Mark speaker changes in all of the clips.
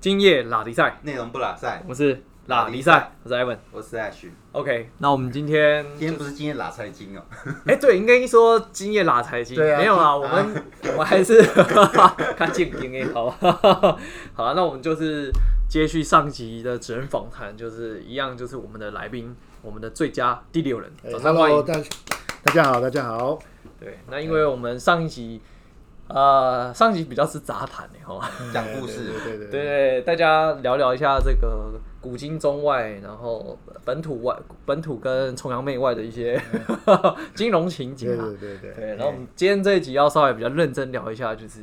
Speaker 1: 今夜拉迪赛，
Speaker 2: 内容不拉塞，
Speaker 1: 我是拉迪赛，我是 Evan。
Speaker 2: 我是 Ash。
Speaker 1: OK，那我们今天，
Speaker 2: 今天不是今天拉财经哦，
Speaker 1: 哎、对，应该说今夜拉财经，
Speaker 2: 对啊
Speaker 1: 没有啦，我
Speaker 2: 今
Speaker 1: 们、 我还是看见经验，好 吧？好了，那我们就是接续上集的职人访谈，就是一样，就是我们的来宾，我们的最佳第六人，
Speaker 3: 哎
Speaker 1: 早上欢迎
Speaker 3: Hello，。大大家好，大家好。
Speaker 1: 对，那因为我们上一集，呃，上集比较是杂谈的哈，
Speaker 2: 讲故事
Speaker 3: 对对对，
Speaker 1: 嗯对，大家聊聊一下这个古今中外，然后本土外、本土跟崇洋媚外的一些 金融情景
Speaker 3: 嗯对
Speaker 1: 啊。
Speaker 3: 对对对
Speaker 1: 对，然后我们今天这一集要稍微比较认真聊一下，就是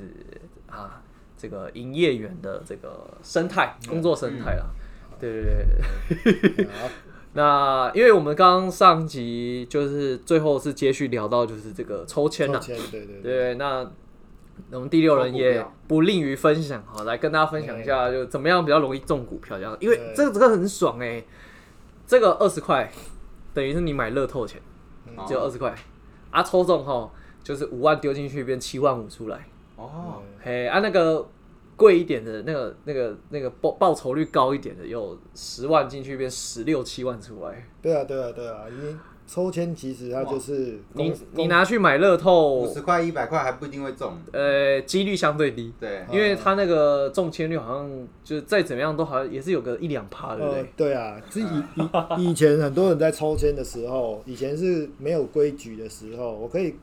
Speaker 1: 啊，这个营业员的这个生态、工作生态啦。
Speaker 3: 嗯
Speaker 1: 对对对对。
Speaker 3: 对，好，
Speaker 1: 那因为我们刚刚上集就是最后是接续聊到就是这个抽签啊
Speaker 3: 抽，签，对对对，
Speaker 1: 对，那我们第六人也不吝于分享哈，来跟大家分享一下，就怎么样比较容易中股票这样，因为
Speaker 3: 对
Speaker 1: 这个这个很爽哎、这个二十块等于是你买乐透钱，
Speaker 2: 哦
Speaker 1: 只有二十块，啊抽中哈就是五万丢进去变七万五出来，
Speaker 2: 哦，
Speaker 1: 嘿啊那个贵一点的那个那个那个报报酬率高一点的有十万进去变十六七万出来，
Speaker 3: 对啊对啊对啊，因为抽签其实它就是
Speaker 1: 你
Speaker 3: 公司
Speaker 1: 你拿去买乐
Speaker 2: 五
Speaker 1: 透，
Speaker 2: 十块一百块还不一定会中，
Speaker 1: 呃几率相对低。
Speaker 2: 对，
Speaker 1: 因为他那个中签率好像就是再怎么样都好像也是有个一两趴，对不
Speaker 3: 呃
Speaker 1: 对？
Speaker 3: 对啊，自己以以前很多人在抽签的时候，以前是没有规矩的时候，我可以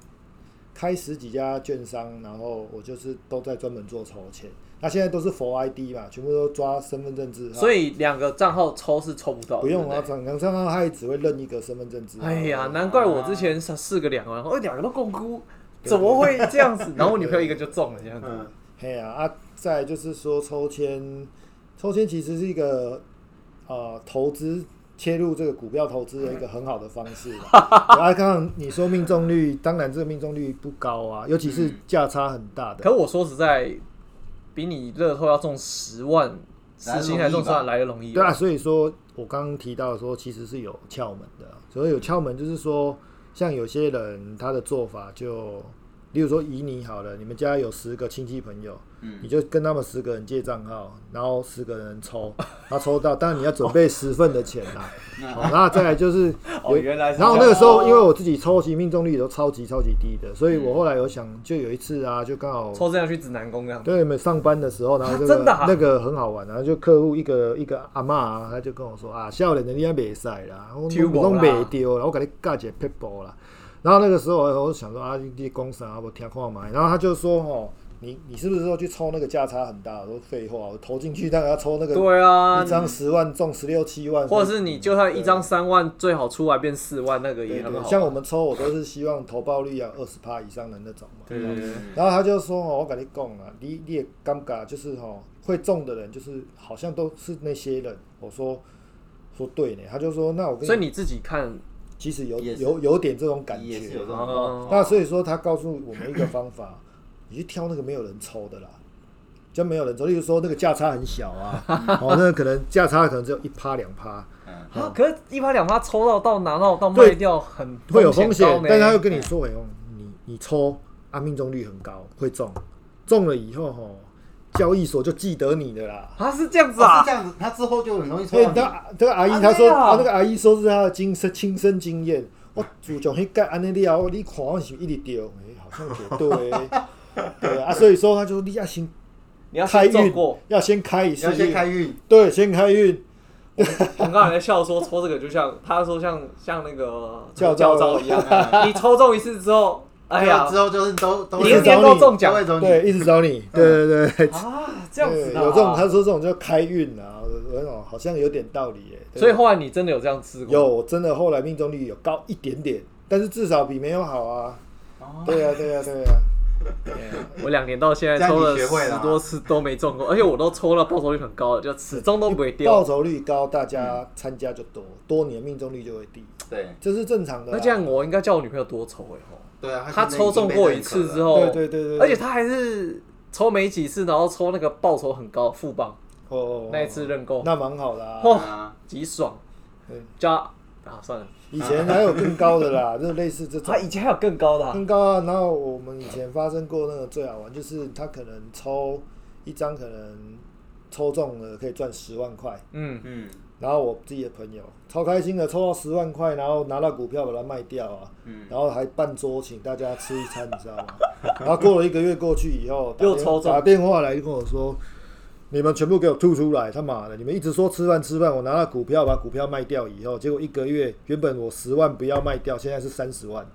Speaker 3: 开十几家券商，然后我就是都在专门做抽签。那现在都是 for ID 嘛，全部都抓身份证字号，
Speaker 1: 所以两个账号抽是抽不到，
Speaker 3: 不用啊，
Speaker 1: 对对。
Speaker 3: 厂商他也只会认一个身份证字号。
Speaker 1: 哎呀，难怪我之前是四个两个，然后哎两个都共估，怎么会这样子？然后我女朋友一个就中了这样子。
Speaker 2: 嗯，
Speaker 3: 嘿呀啊再来就是说抽签，抽签其实是一个呃投资切入这个股票投资的一个很好的方式 啦。啊，刚刚你说命中率，当然这个命中率不高啊，尤其是价差很大的。
Speaker 1: 可我说实在，比你乐透要中十万，
Speaker 2: 来得
Speaker 1: 实心还中
Speaker 2: 容易吧
Speaker 1: 十万来的容易。
Speaker 3: 对啊，，所以说我刚刚提到说，其实是有窍门的啊。所以有窍门就是说，像有些人他的做法就，例如说以你好了，你们家有十个亲戚朋友，
Speaker 2: 嗯
Speaker 3: 你就跟他们十个人借账号，然后十个人抽， 他抽到，当然你要准备十份的钱啦。好，那再来就是啊
Speaker 1: 哦，
Speaker 3: 有
Speaker 1: 原来是这样。
Speaker 3: 然后那个时候，因为我自己抽其命中率都超级超级低的，所以我后来有想，就有一次啊，就刚好
Speaker 1: 抽这样去指南宫这样子。
Speaker 3: 对，没上班的时候，然后这个、
Speaker 1: 真的啊
Speaker 3: 那个很好玩，然后就客户一个一个阿嬷啊，他就跟我说啊，笑脸的你还袂使啦，我
Speaker 1: 抽无啦
Speaker 3: 我拢袂丢，然后我给你尬一个 p e 啦。然后那个时候我就想说啊，你你讲啥？我听看嘛。然后他就说哦，你你是不是说去抽那个价差很大？我说废话，我投进去当然要抽那个
Speaker 1: 对啊
Speaker 3: 一，张十万中十六七万，
Speaker 1: 或者是你就算一张三万，最好出来变四万，那个
Speaker 3: 对
Speaker 1: 也很
Speaker 3: 对，
Speaker 1: 好。啊
Speaker 3: 像我们抽我都是希望投报率要二十趴以上的那种嘛。
Speaker 1: 对对对。
Speaker 3: 然后他就说：“哦，我跟你讲啊，你你也尴尬，就是吼、会中的人，就是好像都是那些人。”我说：“说对呢。”他就说：“那我
Speaker 1: 所以
Speaker 3: 跟你
Speaker 1: 你自己看
Speaker 3: 其实有
Speaker 2: 也是
Speaker 3: 有有点这种感
Speaker 2: 也
Speaker 3: 觉
Speaker 2: 是有。这种
Speaker 1: 哦，
Speaker 3: 那所以说，他告诉我们一个方法，你去挑那个没有人抽的啦，就没有人抽。例如说那个价差很小啊， 哦，那可能价差可能只有一趴两趴，
Speaker 2: 嗯，
Speaker 1: 啊，可是一拍两发抽到到拿到到卖掉很
Speaker 3: 会有风
Speaker 1: 高
Speaker 3: 险，
Speaker 1: 呢
Speaker 3: 但是他又跟你说：“哎呦，你你抽啊，命中率很高，会中，中了以后吼、交易所就记得你的啦。”
Speaker 1: 啊是这样子
Speaker 2: 哦
Speaker 1: 啊
Speaker 2: 是这，样子，他之后就很容易抽
Speaker 3: 所以
Speaker 2: 到你，
Speaker 3: 那这个阿姨她说，
Speaker 1: 啊嗯这样
Speaker 3: 啊，那个阿姨说是她的亲身亲身经验。我自从迄个安尼了，你看我是不是一直丢，哎、好像也对， 对啊，所以说她就说你要先
Speaker 1: 你要
Speaker 3: 开
Speaker 1: 先中
Speaker 3: 运
Speaker 1: 过。，
Speaker 3: 要先开一
Speaker 2: 要
Speaker 3: 次
Speaker 2: 先
Speaker 3: 运，
Speaker 2: 开运，
Speaker 3: 对，先开运，
Speaker 1: 我刚才在笑说抽这个就像他说像像那个
Speaker 3: 教
Speaker 1: 教
Speaker 3: 招
Speaker 1: 招一样，啊 你抽中一次之后，哎
Speaker 2: 然
Speaker 1: 呀
Speaker 2: 后啊
Speaker 3: 啊
Speaker 2: 之，后就是都都
Speaker 1: 你
Speaker 2: 会
Speaker 1: 一
Speaker 3: 直接
Speaker 1: 年
Speaker 2: 都
Speaker 1: 都中奖
Speaker 2: 会中
Speaker 3: 对，
Speaker 2: 你，
Speaker 3: 一直找你，对对对，
Speaker 1: 啊，嗯这样
Speaker 3: 对
Speaker 1: 子的啊
Speaker 3: 有这种，她说这种叫开运啊，我我好像有点道理耶、对
Speaker 1: 所以后来你真的有这样吃过？
Speaker 3: 有我真的后来命中率有高一点点，但是至少比没有好啊，
Speaker 2: 哦
Speaker 3: 对啊，对啊，对 啊。
Speaker 1: 我两年到现在抽
Speaker 2: 这样你学会
Speaker 1: 十
Speaker 2: 了吗啊
Speaker 1: 多次都没中过，而且我都抽了报酬率很高的，就始终都不会
Speaker 3: 报
Speaker 1: 掉。
Speaker 3: 酬率高，大
Speaker 1: 嗯
Speaker 3: 家参加就多，多你的命中率就会低，
Speaker 2: 对
Speaker 3: 这是正常的啦。啊
Speaker 1: 那这样我应该叫我女朋友多抽哎吼，
Speaker 2: 对啊，
Speaker 1: 她
Speaker 2: 就
Speaker 1: 抽中过一次之后，
Speaker 3: 对对对对对
Speaker 1: 而且她还是抽没几次，然后抽那个报酬很高，富邦
Speaker 3: 哦，
Speaker 1: 那一次认购，
Speaker 3: 那蛮好的啊。
Speaker 1: 哦
Speaker 2: 啊，
Speaker 1: 极爽
Speaker 3: 对，
Speaker 1: 加啊算了，
Speaker 3: 以前还有更高 的啦，就类似这种
Speaker 1: 他以前还有更高的啊、
Speaker 3: 更高啊。然后我们以前发生过那个最好玩，就是他可能抽一张，可能抽中了可以赚十万块，
Speaker 1: 嗯，
Speaker 2: 嗯
Speaker 3: 然后我自己的朋友超开心的，抽到十万块，然后拿到股票把它卖掉啊，
Speaker 2: 嗯，
Speaker 3: 然后还办桌请大家吃一餐，你知道吗？ 然后过了一个月过去以后，打
Speaker 1: 又
Speaker 3: 电
Speaker 1: 抽中
Speaker 3: 打电话来跟我说，你们全部给我吐出来，他妈的！你们一直说吃饭吃饭，我拿到股票把股票卖掉以后，结果一个月原本我十万不要卖掉，现在是三十 万。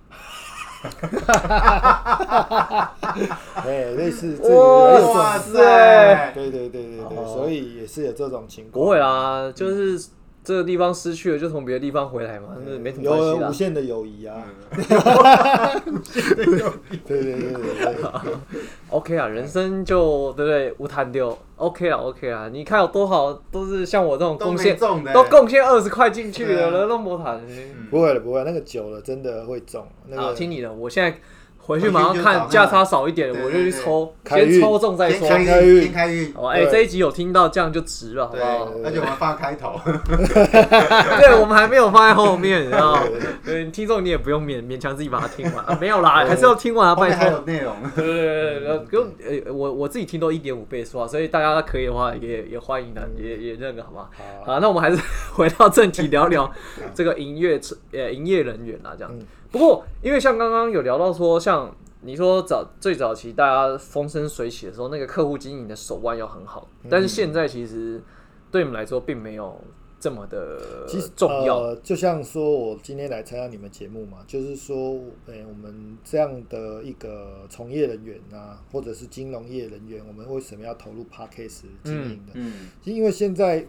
Speaker 3: 哎，类似这
Speaker 1: 哇
Speaker 3: 有一
Speaker 2: 哇
Speaker 3: 种，
Speaker 2: 塞，
Speaker 3: 对对对对对，
Speaker 1: 哦
Speaker 3: 所以也是有这种情况。
Speaker 1: 不会啦，就是这个地方失去了，就从别的地方回来嘛，那没什么关
Speaker 3: 有
Speaker 1: 系啦
Speaker 3: 无。限的友谊啊，对对对对对。
Speaker 1: OK 啊，人生就对不对？无谈丢，OK 啦，OK 啦。你看有多好，都是像我这种
Speaker 2: 都
Speaker 1: 贡
Speaker 2: 没
Speaker 1: 献，
Speaker 2: 中的，
Speaker 1: 都贡献二十块进去
Speaker 2: 对
Speaker 1: 了，
Speaker 2: 啊
Speaker 1: 人都没谈。
Speaker 3: 不会了，不会了，那个久了真的会中。那
Speaker 1: 好，
Speaker 3: 个
Speaker 1: 啊听你的，我现在回去马上
Speaker 2: 啊回去就找
Speaker 1: 看
Speaker 2: 那
Speaker 1: 价差少一点，
Speaker 2: 对
Speaker 1: 我就去
Speaker 2: 对对
Speaker 1: 抽，
Speaker 3: 开
Speaker 1: 先
Speaker 3: 运
Speaker 1: 抽中再
Speaker 2: 先
Speaker 1: 说。
Speaker 2: 开
Speaker 3: 开
Speaker 2: 运，
Speaker 3: 运
Speaker 2: 先开运，
Speaker 1: 好吧，哎，
Speaker 3: 对
Speaker 1: 这一集有听到，这样就值了，好不
Speaker 2: 对
Speaker 1: 好？，啊
Speaker 2: 而且我们放开头，
Speaker 1: 对，我们还没有放在后面，你知道吗？对，听众你也不用勉勉强自己把它听完，啊没有啦，还是要听完啊，
Speaker 2: 后
Speaker 1: 拜
Speaker 2: 面还有
Speaker 1: 托。
Speaker 2: 内容，
Speaker 1: 对对对对，跟呃我我自己听都一点五倍速啊，所以大家可以的话也也欢迎的，也也那个好吗？
Speaker 3: 好，
Speaker 1: 好，那我们还是回到正题，聊聊这个营业呃营业人员啊，这样
Speaker 3: 嗯。
Speaker 1: 不过，因为像刚刚有聊到说，像你说早最早期大家风生水起的时候，那个客户经营的手腕要很好，但是现在其实对你们来说并没有这么的
Speaker 3: 其实
Speaker 1: 重要。
Speaker 3: 呃就像说我今天来参加你们节目嘛，就是说，诶、我们这样的一个从业人员啊，或者是金融业人员，我们为什么要投入 Parkcase 经营的？
Speaker 2: 嗯
Speaker 3: 其实因为现在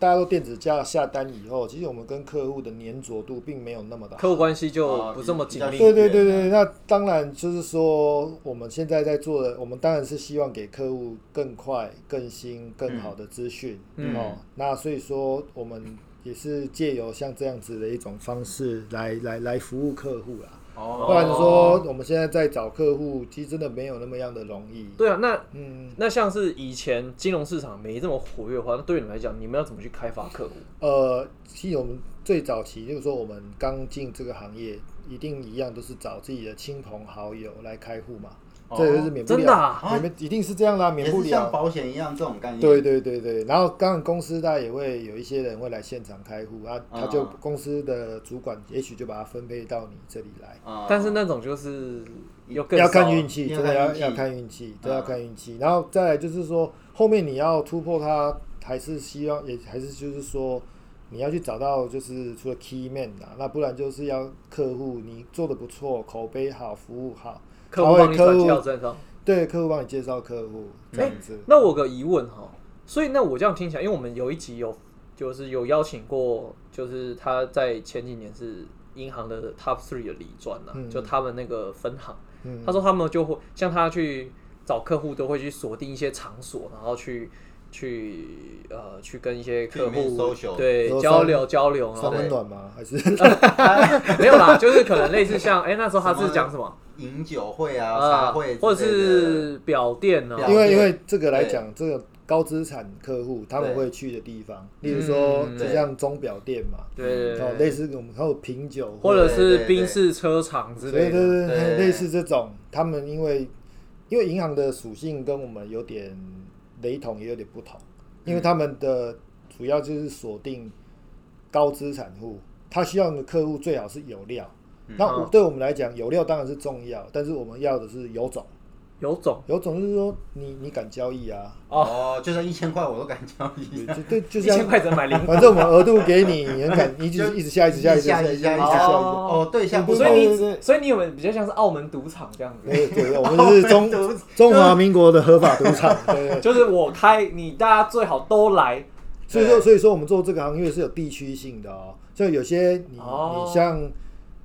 Speaker 3: 大家都电子价下单以后，其实我们跟客户的粘着度并没有那么的好。
Speaker 1: 客户关系就不这么紧
Speaker 2: 哦比较
Speaker 1: 密。
Speaker 3: 对对对
Speaker 2: 远
Speaker 3: 对，那当然就是说，我们现在在做的，我们当然是希望给客户更快、更新、更好的资讯、
Speaker 1: 嗯
Speaker 3: 哦。那所以说，我们也是借由像这样子的一种方式来来来服务客户啦。
Speaker 2: 哦
Speaker 3: 不然说我们现在在找客户，其实真的没有那么样的容易。
Speaker 1: 对啊，那
Speaker 3: 嗯，
Speaker 1: 那像是以前金融市场没这么活跃的话，那对你们来讲，你们要怎么去开发客户？
Speaker 3: 呃，其实我们最早期就是说，我们刚进这个行业，一定一样都是找自己的亲朋好友来开户嘛，
Speaker 2: 哦
Speaker 3: 这个是免不
Speaker 1: 真
Speaker 3: 了，
Speaker 1: 的啊
Speaker 3: 你们一定是这样啦，免
Speaker 2: 也
Speaker 3: 不
Speaker 2: 是像
Speaker 3: 了。
Speaker 2: 保险一样这种概念，
Speaker 3: 对对对对，然后当然公司大概也会有一些人会来现场开户啊，
Speaker 2: 嗯
Speaker 3: 他就公司的主管也许就把它分配到你这里来，
Speaker 2: 啊，
Speaker 1: 但是那种就是又更
Speaker 3: 要看
Speaker 1: 少
Speaker 3: 运气，
Speaker 2: 要
Speaker 3: 真的要
Speaker 2: 看运气
Speaker 3: 要看运气，
Speaker 2: 嗯
Speaker 3: 都要看运气。然后再来就是说，后面你要突破它，还是希望也还是就是说，你要去找到就是除了 key man 啊，那不然就是要客户你做的不错，口碑好，服务好，
Speaker 1: 客
Speaker 3: 他
Speaker 1: 户
Speaker 3: 会
Speaker 1: 帮你转
Speaker 3: 客户
Speaker 1: 介到正商。
Speaker 3: 对客户帮你介绍客户这样子。
Speaker 1: 那我有个疑问哈，所以那我这样听起来，因为我们有一集有就是有邀请过，就是他在前几年是银行的 Top Three 的理专呐、
Speaker 3: 嗯
Speaker 1: 就他们那个分行，
Speaker 3: 嗯
Speaker 1: 他说他们就会像他去找客户，都会去锁定一些场所，然后去。去呃，去跟一些客
Speaker 2: 去里
Speaker 1: 户
Speaker 2: 面 social
Speaker 1: 对
Speaker 3: 说
Speaker 1: 交
Speaker 3: 三
Speaker 1: 流交流，然
Speaker 3: 三
Speaker 1: 后
Speaker 3: 温暖吗？还是
Speaker 1: 没有啦，就是可能类似像哎、那时候他是讲什么
Speaker 2: 饮酒会啊、茶会之类的，
Speaker 1: 呃或者是表店呢、啊
Speaker 2: 表
Speaker 3: 因为
Speaker 2: 对
Speaker 3: 因为这个来讲，这个高资产客户他们会去的地方，例如说
Speaker 1: 嗯
Speaker 3: 就像钟表店嘛，
Speaker 1: 对对
Speaker 3: 哦，
Speaker 1: 对，
Speaker 3: 类似我们还有品酒
Speaker 1: 或者
Speaker 2: 对
Speaker 1: 是
Speaker 2: 对对
Speaker 1: 宾士车厂之类
Speaker 3: 对对
Speaker 1: 的，
Speaker 3: 对
Speaker 2: 对
Speaker 3: 对，类似这种，他们因为因为银行的属性跟我们有点雷同，也有点不同，因为他们的主要就是锁定高资产户，他需要的客户最好是有料。那我对我们来讲，有料当然是重要，但是我们要的是有种，
Speaker 1: 有种
Speaker 3: 有种就是说你你敢交易 啊，
Speaker 2: 哦，就算一千块我都敢交易，
Speaker 3: 就对，就
Speaker 1: 一
Speaker 3: 像
Speaker 1: 千块只能买零
Speaker 3: 反正我们额度给你，你很敢，你一直一直下，一直下，一
Speaker 2: 一
Speaker 3: 直下，
Speaker 2: 下
Speaker 3: 一直下，
Speaker 2: 下一
Speaker 3: 一直
Speaker 1: 下
Speaker 3: 下。
Speaker 1: 哦
Speaker 2: 哦，对象不
Speaker 1: 所以
Speaker 3: 对对
Speaker 1: 你，
Speaker 3: 对
Speaker 1: 所以你们比较像是澳门赌场这样子，
Speaker 3: 对 对，我们是中
Speaker 2: 我们赌
Speaker 3: 中华民国的合法赌场，对对。
Speaker 1: 就是我开，你大家最好都来。
Speaker 3: 所以说，所以说我们做这个行业是有地区性的哦，像有些你、
Speaker 1: 哦
Speaker 3: 你像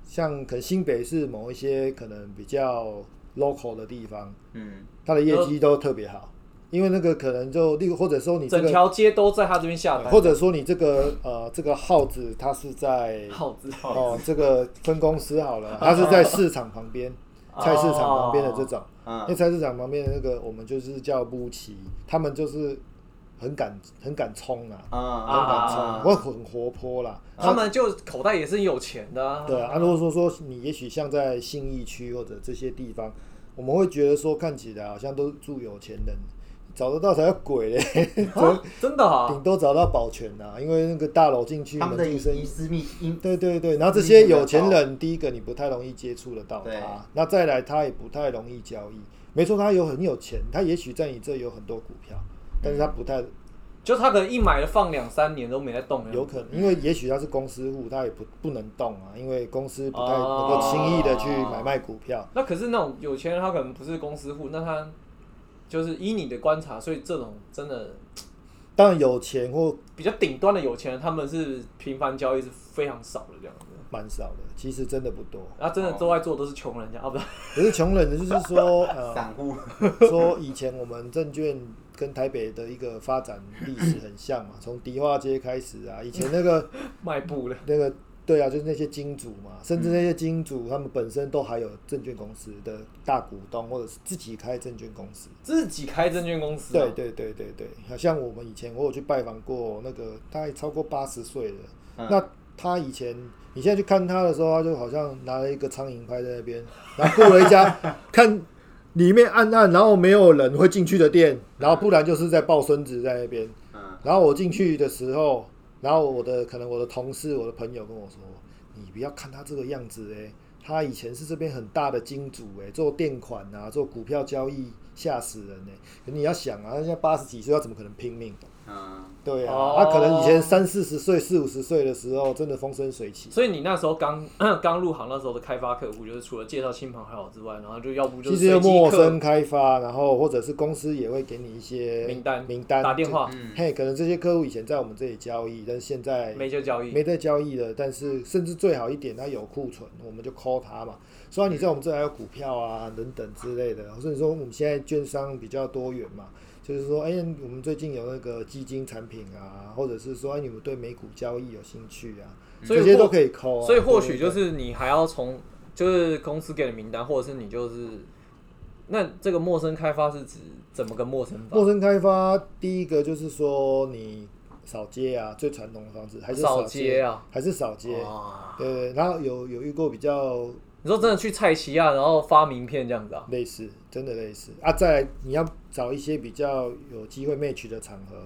Speaker 3: 像可能新北市某一些可能比较 local 的地方，
Speaker 2: 嗯，
Speaker 3: 它的业绩都特别好，因为那个可能就例如或者说你这
Speaker 1: 整
Speaker 3: 个，
Speaker 1: 条街都在他这边下单，
Speaker 3: 或者说你这个呃这个耗子它是在
Speaker 1: 耗子
Speaker 3: 哦这个分公司好
Speaker 1: 哦
Speaker 3: 了，它是在市场旁边，菜市场旁边的这种。因为
Speaker 2: 嗯，
Speaker 3: 菜市场旁边的那个，我们就是叫乌奇，他们就是很敢很敢冲啊，
Speaker 2: 啊
Speaker 3: 很敢冲，
Speaker 1: 啊
Speaker 3: 会很活泼啦。
Speaker 1: 他们就口袋也是有钱的、啊。
Speaker 3: 对啊，如果说说你也许像在信义区或者这些地方，我们会觉得说看起来好像都是住有钱人，找得到才叫鬼嘞，
Speaker 1: 啊真的啊，
Speaker 3: 顶多找到保全呐、因为那个大楼进去
Speaker 2: 他们的
Speaker 3: 门
Speaker 2: 隐
Speaker 3: 出生
Speaker 2: 隐私密隐
Speaker 3: 对对对，然后这
Speaker 2: 利益
Speaker 3: 些
Speaker 2: 比较
Speaker 3: 有钱
Speaker 2: 高
Speaker 3: 人，第一个你不太容易接触得到
Speaker 2: 对
Speaker 3: 他，那再来他也不太容易交易。没错，他有很有钱，他也许在你这有很多股票，但是他不太
Speaker 1: 就他可能一买了放两三年都没在动，
Speaker 3: 有可能，因为也许他是公司户，他也不不能动啊，因为公司不太能
Speaker 1: 哦
Speaker 3: 够轻易的去买卖股票。
Speaker 1: 那可是那种有钱人，他可能不是公司户，那他就是依你的观察，所以这种真的
Speaker 3: 当然有钱或
Speaker 1: 比较顶端的有钱人，他们是频繁交易是非常少的这样子。
Speaker 3: 蛮少的，其实真的不多。
Speaker 1: 然后真的都在做都是穷人家啊， 不是？
Speaker 3: 可是穷人就是说，呃，
Speaker 2: 散户，
Speaker 3: 说以前我们证券跟台北的一个发展历史很像嘛，从迪化街开始啊，以前那个
Speaker 1: 卖布的，
Speaker 3: 那个对啊，就是那些金主嘛，甚至那些金主他们本身都还有证券公司的大股东，或者是自己开证券公司。
Speaker 1: 自己开证券公司、啊
Speaker 3: 对，对对对对，好像我们以前我有去拜访过那个大概超过八十岁的，
Speaker 2: 嗯
Speaker 3: 那他以前你现在去看他的时候，他就好像拿了一个苍蝇拍在那边，然后过了一 家看里面暗暗，然后没有人会进去的店，然后不然就是在抱孙子在那边。
Speaker 2: 嗯，
Speaker 3: 然后我进去的时候，然后我的可能我的同事、我的朋友跟我说：“你不要看他这个样子诶、他以前是这边很大的金主诶、做垫款啊，做股票交易，吓死人诶、可你要想啊，他现在八十几岁，他怎么可能拼命？
Speaker 2: 嗯，
Speaker 3: 对啊，他、
Speaker 1: 哦
Speaker 3: 可能以前三四十岁、四五十岁的时候，真的风生水起。
Speaker 1: 所以你那时候刚刚入行，那时候的开发客户就是除了介绍亲朋好友之外，然后就要不就
Speaker 3: 其
Speaker 1: 是
Speaker 3: 实
Speaker 1: 随
Speaker 3: 有
Speaker 1: 机
Speaker 3: 陌
Speaker 1: 客
Speaker 3: 生开发，然后或者是公司也会给你一些
Speaker 1: 名单
Speaker 3: 名单
Speaker 1: 打电。话
Speaker 3: 就
Speaker 2: 嗯
Speaker 3: 嘿，可能这些客户以前在我们这里交易，但是现在
Speaker 1: 没就交易，
Speaker 3: 没在交易的，但是甚至最好一点，他有库存，我们就 call 他嘛。虽然你在我们这里还有股票啊等等之类的，所以说我们现在券商比较多元嘛，就是说，哎、我们最近有那个基金产品啊，或者是说，哎、你们对美股交易有兴趣啊，
Speaker 1: 所以
Speaker 3: 这些
Speaker 1: 或
Speaker 3: 都可以 call 啊、
Speaker 1: 所以或许
Speaker 3: 对对
Speaker 1: 就
Speaker 3: 对
Speaker 1: 是你还要从就是公司给的名单，或者是你就是那这个陌生开发是指怎么个陌生法？
Speaker 3: 陌生开发，第一个就是说你少接啊，最传统的方式还是
Speaker 1: 少
Speaker 3: 接
Speaker 1: 接啊，
Speaker 3: 还是少接。
Speaker 1: 哇
Speaker 3: 对，然后有有遇过比较
Speaker 1: 你说真的去菜奇亚，然后发名片这样子啊？
Speaker 3: 类似，真的类似啊。再来，你要找一些比较有机会 match 的场合，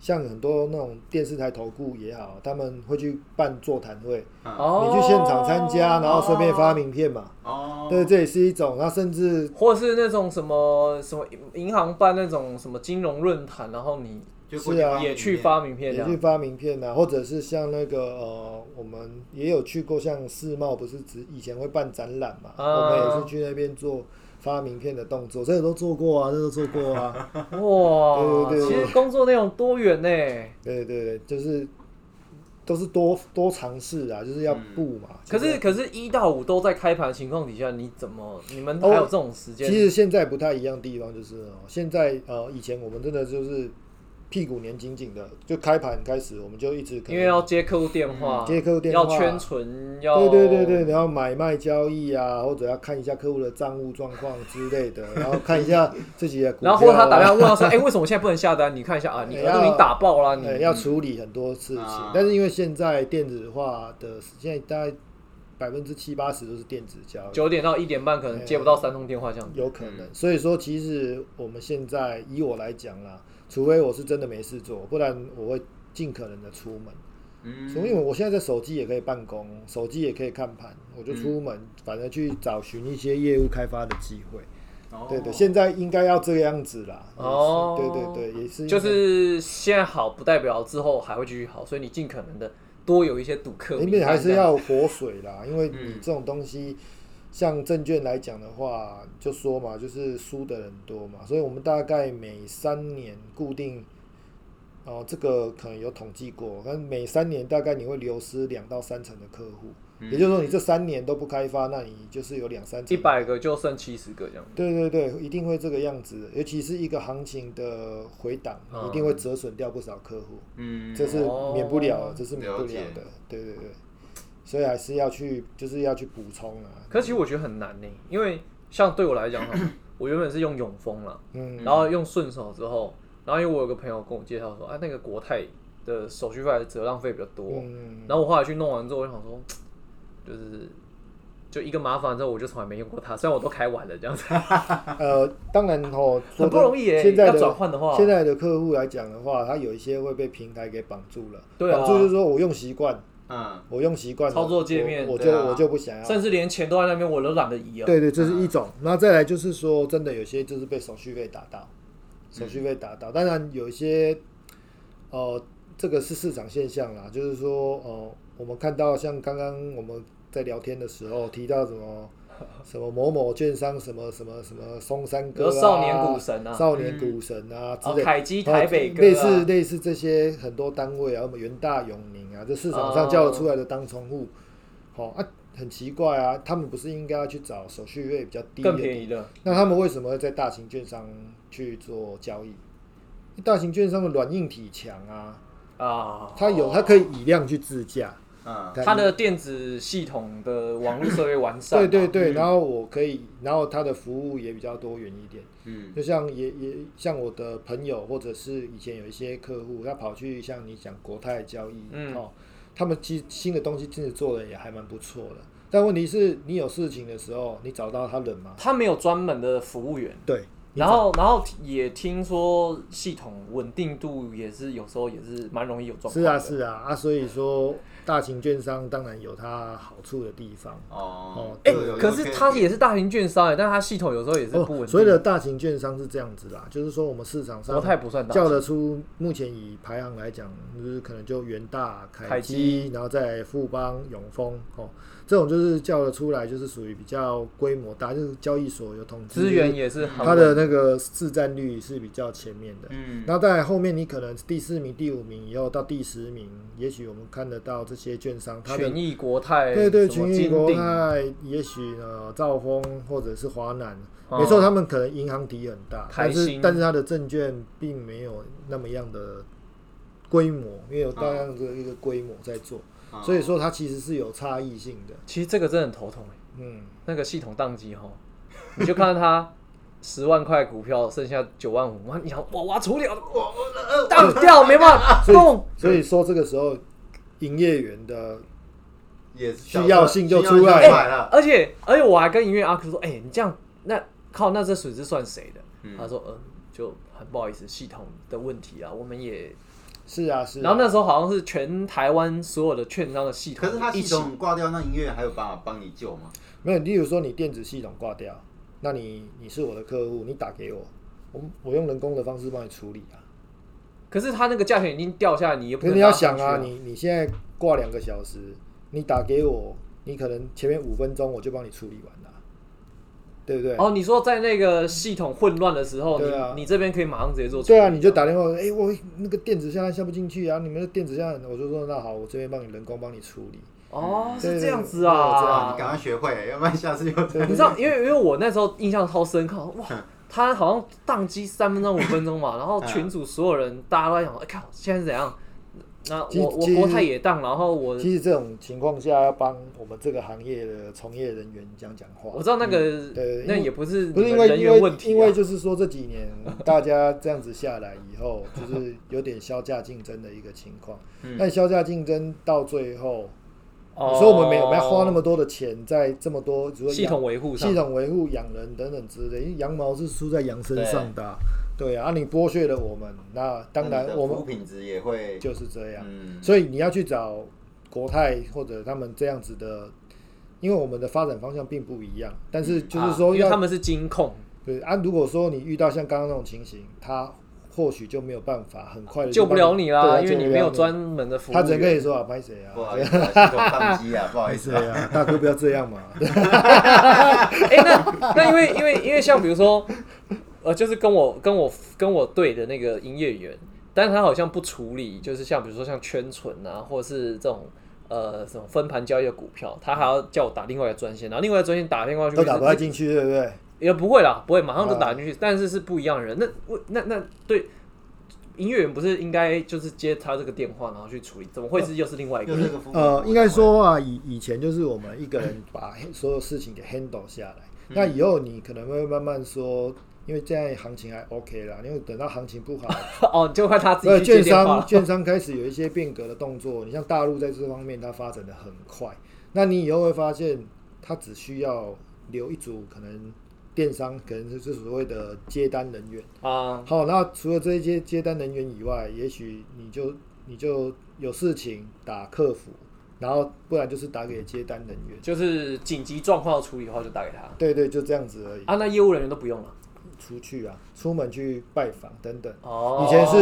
Speaker 3: 像很多那种电视台投顾也好，他们会去办座谈会，
Speaker 2: 嗯
Speaker 1: 哦，
Speaker 3: 啊你去现场参加，然后顺便发名片嘛。
Speaker 2: 哦，
Speaker 3: 对，这也是一种。那甚至
Speaker 1: 或是那种什么什么银行办那种什么金融论坛，然后你
Speaker 2: 就过
Speaker 3: 是
Speaker 2: 去
Speaker 3: 啊
Speaker 2: 帮
Speaker 1: 也
Speaker 2: 你
Speaker 1: 去
Speaker 2: 念
Speaker 1: 发名片这
Speaker 3: 也去
Speaker 1: 样。
Speaker 3: 发名片啊，或者是像那个呃，我们也有去过，像世贸不是只以前会办展览嘛，
Speaker 1: 啊
Speaker 3: 我们也是去那边做发名片的动作，这个都做过啊，这个都做过 啊，
Speaker 1: 哇，
Speaker 3: 对对对
Speaker 1: 其实工作内容多元呢。
Speaker 3: 对对对，就是都是多多尝试啊，就是要
Speaker 2: 嗯
Speaker 3: 不嘛。
Speaker 1: 可是
Speaker 3: 现在
Speaker 1: 可是，一到五都在开盘的情况底下，你怎么你们
Speaker 3: 哦
Speaker 1: 还有这种时间？
Speaker 3: 其实现在不太一样的地方就是哦，现在呃，以前我们真的就是屁股黏紧紧的，就开盘开始我们就一直可
Speaker 1: 因
Speaker 3: 能
Speaker 1: 为要接客户电话，
Speaker 3: 嗯接客户电话
Speaker 1: 要圈存，要
Speaker 3: 对对对对，然后买卖交易啊，或者要看一下客户的账务状况之类 的，然后看一下自己的股票
Speaker 1: 然
Speaker 3: 啊、
Speaker 1: 后或者他打电话问他说：“哎、为什么我现在不能下单？你看一下啊，你
Speaker 3: 哎
Speaker 1: 额度已经
Speaker 3: 要
Speaker 1: 打爆了，你、
Speaker 3: 呃要处理很多事情，
Speaker 2: 啊
Speaker 3: 但是因为现在电子化的，现在大概百分之七八十都是电子交易，
Speaker 1: 九点到一点半可能接不到三通电话这样子。
Speaker 3: 有可能。所以说，其实我们现在以我来讲啦，除非我是真的没事做，不然我会尽可能的出门。
Speaker 2: 嗯，
Speaker 3: 所以我现在在手机也可以办公，手机也可以看盘，我就出门，反正去找寻一些业务开发的机会。
Speaker 2: 哦
Speaker 3: 对对，现在应该要这个样子啦。也是
Speaker 1: 哦
Speaker 3: 对对对，也是因为
Speaker 1: 就是现在好，不代表之后还会继续好，所以你尽可能的多有一些赌客名单
Speaker 3: 因为
Speaker 1: 这样，
Speaker 3: 还是要活水啦，因为你
Speaker 2: 嗯
Speaker 3: 这种东西，像证券来讲的话，就说嘛，就是输的人多嘛，所以我们大概每三年固定，哦、这个可能有统计过，但每三年大概你会流失两到三成的客户，也就是说你这三年都不开发，那你就是有两三成
Speaker 1: 嗯一百个就剩七十个这样。
Speaker 3: 对对对，一定会这个样子，尤其是一个行情的回档，
Speaker 1: 嗯
Speaker 3: 一定会折损掉不少客户，
Speaker 2: 嗯，
Speaker 3: 这是免不了的，
Speaker 1: 哦
Speaker 3: 这是免不了
Speaker 2: 了解
Speaker 3: 的。对对对，所以还是要去，就是要去补充啊。
Speaker 1: 可是其实我觉得很难呢，因为像对我来讲哈， 我原本是用永丰啦，
Speaker 3: 嗯，
Speaker 1: 然后用顺手之后，然后因为我有个朋友跟我介绍说，啊，那个国泰的手续费的折让费比较多，
Speaker 3: 嗯，
Speaker 1: 然后我后来去弄完之后，我就想说，就是就一个麻烦之后，我就从来没用过它。虽然我都开完了这样子，
Speaker 3: 呃，当然哦，
Speaker 1: 很不容易耶。
Speaker 3: 现在
Speaker 1: 要
Speaker 3: 的
Speaker 1: 转换的话，
Speaker 3: 现在的客户来讲的话，他有一些会被平台给绑住了。
Speaker 1: 对啊
Speaker 3: 绑住就是说我用习惯，
Speaker 2: 嗯，
Speaker 3: 我用习惯了
Speaker 1: 操作界面
Speaker 3: 我我就、
Speaker 2: 对啊
Speaker 3: 我就不想要。
Speaker 1: 甚至连钱都在那边，我都懒得移啊。
Speaker 3: 对对，这是一种。然后再来就是说，真的有些就是被手续费打到，手
Speaker 1: 嗯
Speaker 3: 续费打到。当然有一些，呃，这个是市场现象啦，就是说，呃，我们看到像刚刚我们在聊天的时候提到什么。 什么某某券商，什么什么什么松山哥、
Speaker 1: 比如
Speaker 3: 啊、
Speaker 1: 少年股神啊
Speaker 3: 少年股神啊之
Speaker 1: 哦
Speaker 3: 类，
Speaker 1: 凯基
Speaker 3: 然后
Speaker 1: 台北哥啊
Speaker 3: 类似类似这些很多单位啊，什么元大、永宁啊，这市场上叫得出来的当冲户，好、啊，很奇怪啊，他们不是应该要去找手续费比较低的
Speaker 1: 更？便宜的，
Speaker 3: 那他们为什么会在大型券商去做交易？因为大型券商的软硬体强啊，
Speaker 1: 啊，
Speaker 3: 它有它可以以量去自价，
Speaker 2: 嗯，
Speaker 1: 它的电子系统的网络设备完善嘛，啊嗯
Speaker 3: 对对对，然后我可以，然后它的服务也比较多元一点。
Speaker 2: 嗯，
Speaker 3: 就像也也像我的朋友，或者是以前有一些客户，他跑去像你讲国泰交易，
Speaker 1: 嗯
Speaker 3: 哦，他们其实新的东西真的做的也还蛮不错的。但问题是你有事情的时候，你找到他人吗？
Speaker 1: 它没有专门的服务员。
Speaker 3: 对，你
Speaker 1: 然后，然后也听说系统稳定度也是有时候也是蛮容易有状况
Speaker 3: 是
Speaker 1: 的。
Speaker 3: 啊是啊啊，所以说大型券商当然有它好处的地方。
Speaker 2: 哦
Speaker 3: 哎
Speaker 2: 这个有
Speaker 1: 可是它也是大型券商哎，但它系统有时候也是不稳定。
Speaker 3: 哦所谓的大型券商是这样子啦，就是说我们市场上
Speaker 1: 国泰不算大型
Speaker 3: 叫得出，目前以排行来讲，就是可能就元大、
Speaker 1: 凯
Speaker 3: 凯
Speaker 1: 基
Speaker 3: 基，然后再富邦、永丰哦，这种就是叫得出来，就是属于比较规模大，就是交易所有统计
Speaker 1: 资源，也是很
Speaker 3: 它的那个市占率是比较前面的。
Speaker 2: 嗯
Speaker 3: 然后再来后面，你可能第四名、第五名以后到第十名，也许我们看得到这些券商，它的
Speaker 1: 权益国泰，
Speaker 3: 对对，
Speaker 1: 什么
Speaker 3: 群益
Speaker 1: 金
Speaker 3: 国
Speaker 1: 鼎啊
Speaker 3: 泰，也许呢，兆丰或者是华南，
Speaker 1: 哦
Speaker 3: 没错，他们可能银行体很大，
Speaker 1: 台
Speaker 3: 但是
Speaker 1: 新
Speaker 3: 但是它的证券并没有那么样的规模，因为有
Speaker 1: 哦
Speaker 3: 大量的一个规模在做，
Speaker 2: 哦
Speaker 3: 所以说它其实是有差异性的。
Speaker 1: 其实这个真的很头痛哎，
Speaker 3: 嗯，
Speaker 1: 那个系统宕机哈，你就看到它十万块股票剩下九万五，哇，你想哇哇除掉，哇哇当掉没办法
Speaker 3: 哦 所以
Speaker 1: 动，
Speaker 3: 所以说这个时候营业员的
Speaker 2: 也是
Speaker 3: 需要性就出来
Speaker 2: 需要性就出了，
Speaker 1: 而且而且我还跟音乐阿 Q 说，哎、你这样那靠那这损失算谁的？
Speaker 2: 嗯
Speaker 1: 他说，嗯，就很不好意思，系统的问题啊，我们也。
Speaker 3: 是啊是啊，
Speaker 1: 然后那时候好像是全台湾所有的券商的系统，
Speaker 2: 可是它
Speaker 1: 一
Speaker 2: 系
Speaker 1: 起
Speaker 2: 统挂掉，那音乐还有办法帮你救吗？
Speaker 3: 没有，例如说你电子系统挂掉，那你你是我的客户，你打给我，我我用人工的方式帮你处理啊。
Speaker 1: 可是他那个价钱已经掉下来，你也不
Speaker 3: 可是
Speaker 1: 能
Speaker 3: 你要
Speaker 1: 拉上
Speaker 3: 想
Speaker 1: 去
Speaker 3: 啊，你你现在挂两个小时，你打给我，你可能前面五分钟我就帮你处理完了，啊对不对？
Speaker 1: 哦，你说在那个系统混乱的时候，
Speaker 3: 对啊
Speaker 1: 你你这边可以马上直接做处理
Speaker 3: 对啊，你就打电话，哎、我那个电子下单下不进去啊，你们的电子下单，我就说那好，我这边帮你人工帮你处理。
Speaker 1: 哦，
Speaker 3: 对
Speaker 1: 是
Speaker 3: 对
Speaker 1: 这样子
Speaker 3: 对对
Speaker 2: 哇
Speaker 1: 啊
Speaker 2: 你。赶快学会，要不然下次又
Speaker 3: 对
Speaker 1: 你知道，因为因为我那时候印象超深刻，哇，
Speaker 3: 嗯
Speaker 1: 他好像宕机三分钟五分钟 嘛，然后群主所有人大家都在想，哎、靠，现在是怎样？那
Speaker 3: 嗯其
Speaker 1: 我我
Speaker 3: 其实
Speaker 1: 国泰也宕，然后我
Speaker 3: 其实这种情况下，要帮我们这个行业的从业人员讲讲话。
Speaker 1: 我知道那个
Speaker 3: 对
Speaker 1: 那
Speaker 3: 因为
Speaker 1: 也不是
Speaker 3: 不是
Speaker 1: 你
Speaker 3: 因
Speaker 1: 们
Speaker 3: 为
Speaker 1: 人
Speaker 3: 因
Speaker 1: 员
Speaker 3: 为
Speaker 1: 问题、啊，
Speaker 3: 因为就是说这 几年大家这样子下来以后，就是有点销价竞争的一个情 况。
Speaker 1: 嗯
Speaker 3: 但销价竞争到最后，
Speaker 1: 哦
Speaker 3: 你说我们没有没有花那么多的钱在这么多，比如说
Speaker 1: 系
Speaker 3: 养
Speaker 1: 统维护上
Speaker 3: 系统维护、养人等等之类，因为羊毛是输在羊身上的啊、对啊，啊你剥削了我们，那当
Speaker 2: 那你
Speaker 3: 然
Speaker 2: 的
Speaker 3: 我
Speaker 2: 服务
Speaker 3: 们
Speaker 2: 品质也会
Speaker 3: 就是这样。
Speaker 2: 嗯
Speaker 3: 所以你要去找国泰或者他们这样子的，因为我们的发展方向并不一样，但是就是
Speaker 1: 啊
Speaker 3: 说
Speaker 1: 因为
Speaker 3: 要
Speaker 1: 他们是金控，
Speaker 3: 对啊，如果说你遇到像刚刚那种情形，他或许就没有办法很快的
Speaker 1: 救不了你啦，
Speaker 3: 啊
Speaker 1: 因为你没有专
Speaker 3: 专，
Speaker 1: 门的服务
Speaker 3: 他只能跟
Speaker 1: 员。
Speaker 3: 你说啊，拍谁啊
Speaker 2: 不，好意思啊，系统宕机啊，不好
Speaker 3: 拍
Speaker 2: 意思
Speaker 3: 谁
Speaker 2: 啊，
Speaker 3: 啊， 大哥不要这样嘛。
Speaker 1: 哎、那那因为因为因为像比如说，呃，就是跟我跟我跟我队的那个营业员，但是他好像不处理，就是像比如说像圈存啊，或者是这种呃什么分盘交易的股票，他还要叫我打另外一个专线，然后另外一个专线打电话去
Speaker 3: 都打不太
Speaker 1: 是
Speaker 3: 进去，对不对？
Speaker 1: 也不会啦，不会马
Speaker 3: 啊
Speaker 1: 上就打进去，但是是不一样的人。那我那那对营业员不是应该就是接他这个电话，然后去处理，怎么
Speaker 3: 哦
Speaker 1: 会是又是另外一个
Speaker 2: 又
Speaker 1: 人
Speaker 2: 是？个服务
Speaker 3: 呃，应该说啊，以以前就是我们一个人把所有事情给 handle 下来，
Speaker 1: 嗯
Speaker 3: 那以后你可能会慢慢说，因为现在行情还 OK 啦，因为等到行情不好，
Speaker 1: 哦，就看他自
Speaker 3: 呃，
Speaker 1: 己去接
Speaker 3: 券
Speaker 1: 电话
Speaker 3: 商
Speaker 1: 了。
Speaker 3: 券商开始有一些变革的动作，你像大陆在这方面它发展的很快，那你以后会发现，他只需要留一组可能电商，可能就是所谓的接单人员。
Speaker 1: 啊，
Speaker 3: 好，那除了这一些接单人员以外，也许你就你就有事情打客服，然后不然就是打给接单人员。
Speaker 1: 就是紧急状况处理的话就打给他
Speaker 3: 对对，就这样子而已。
Speaker 1: 啊，那业务人员都不用了。
Speaker 3: 出去啊，出门去拜访等等，
Speaker 1: 哦，
Speaker 3: 以前是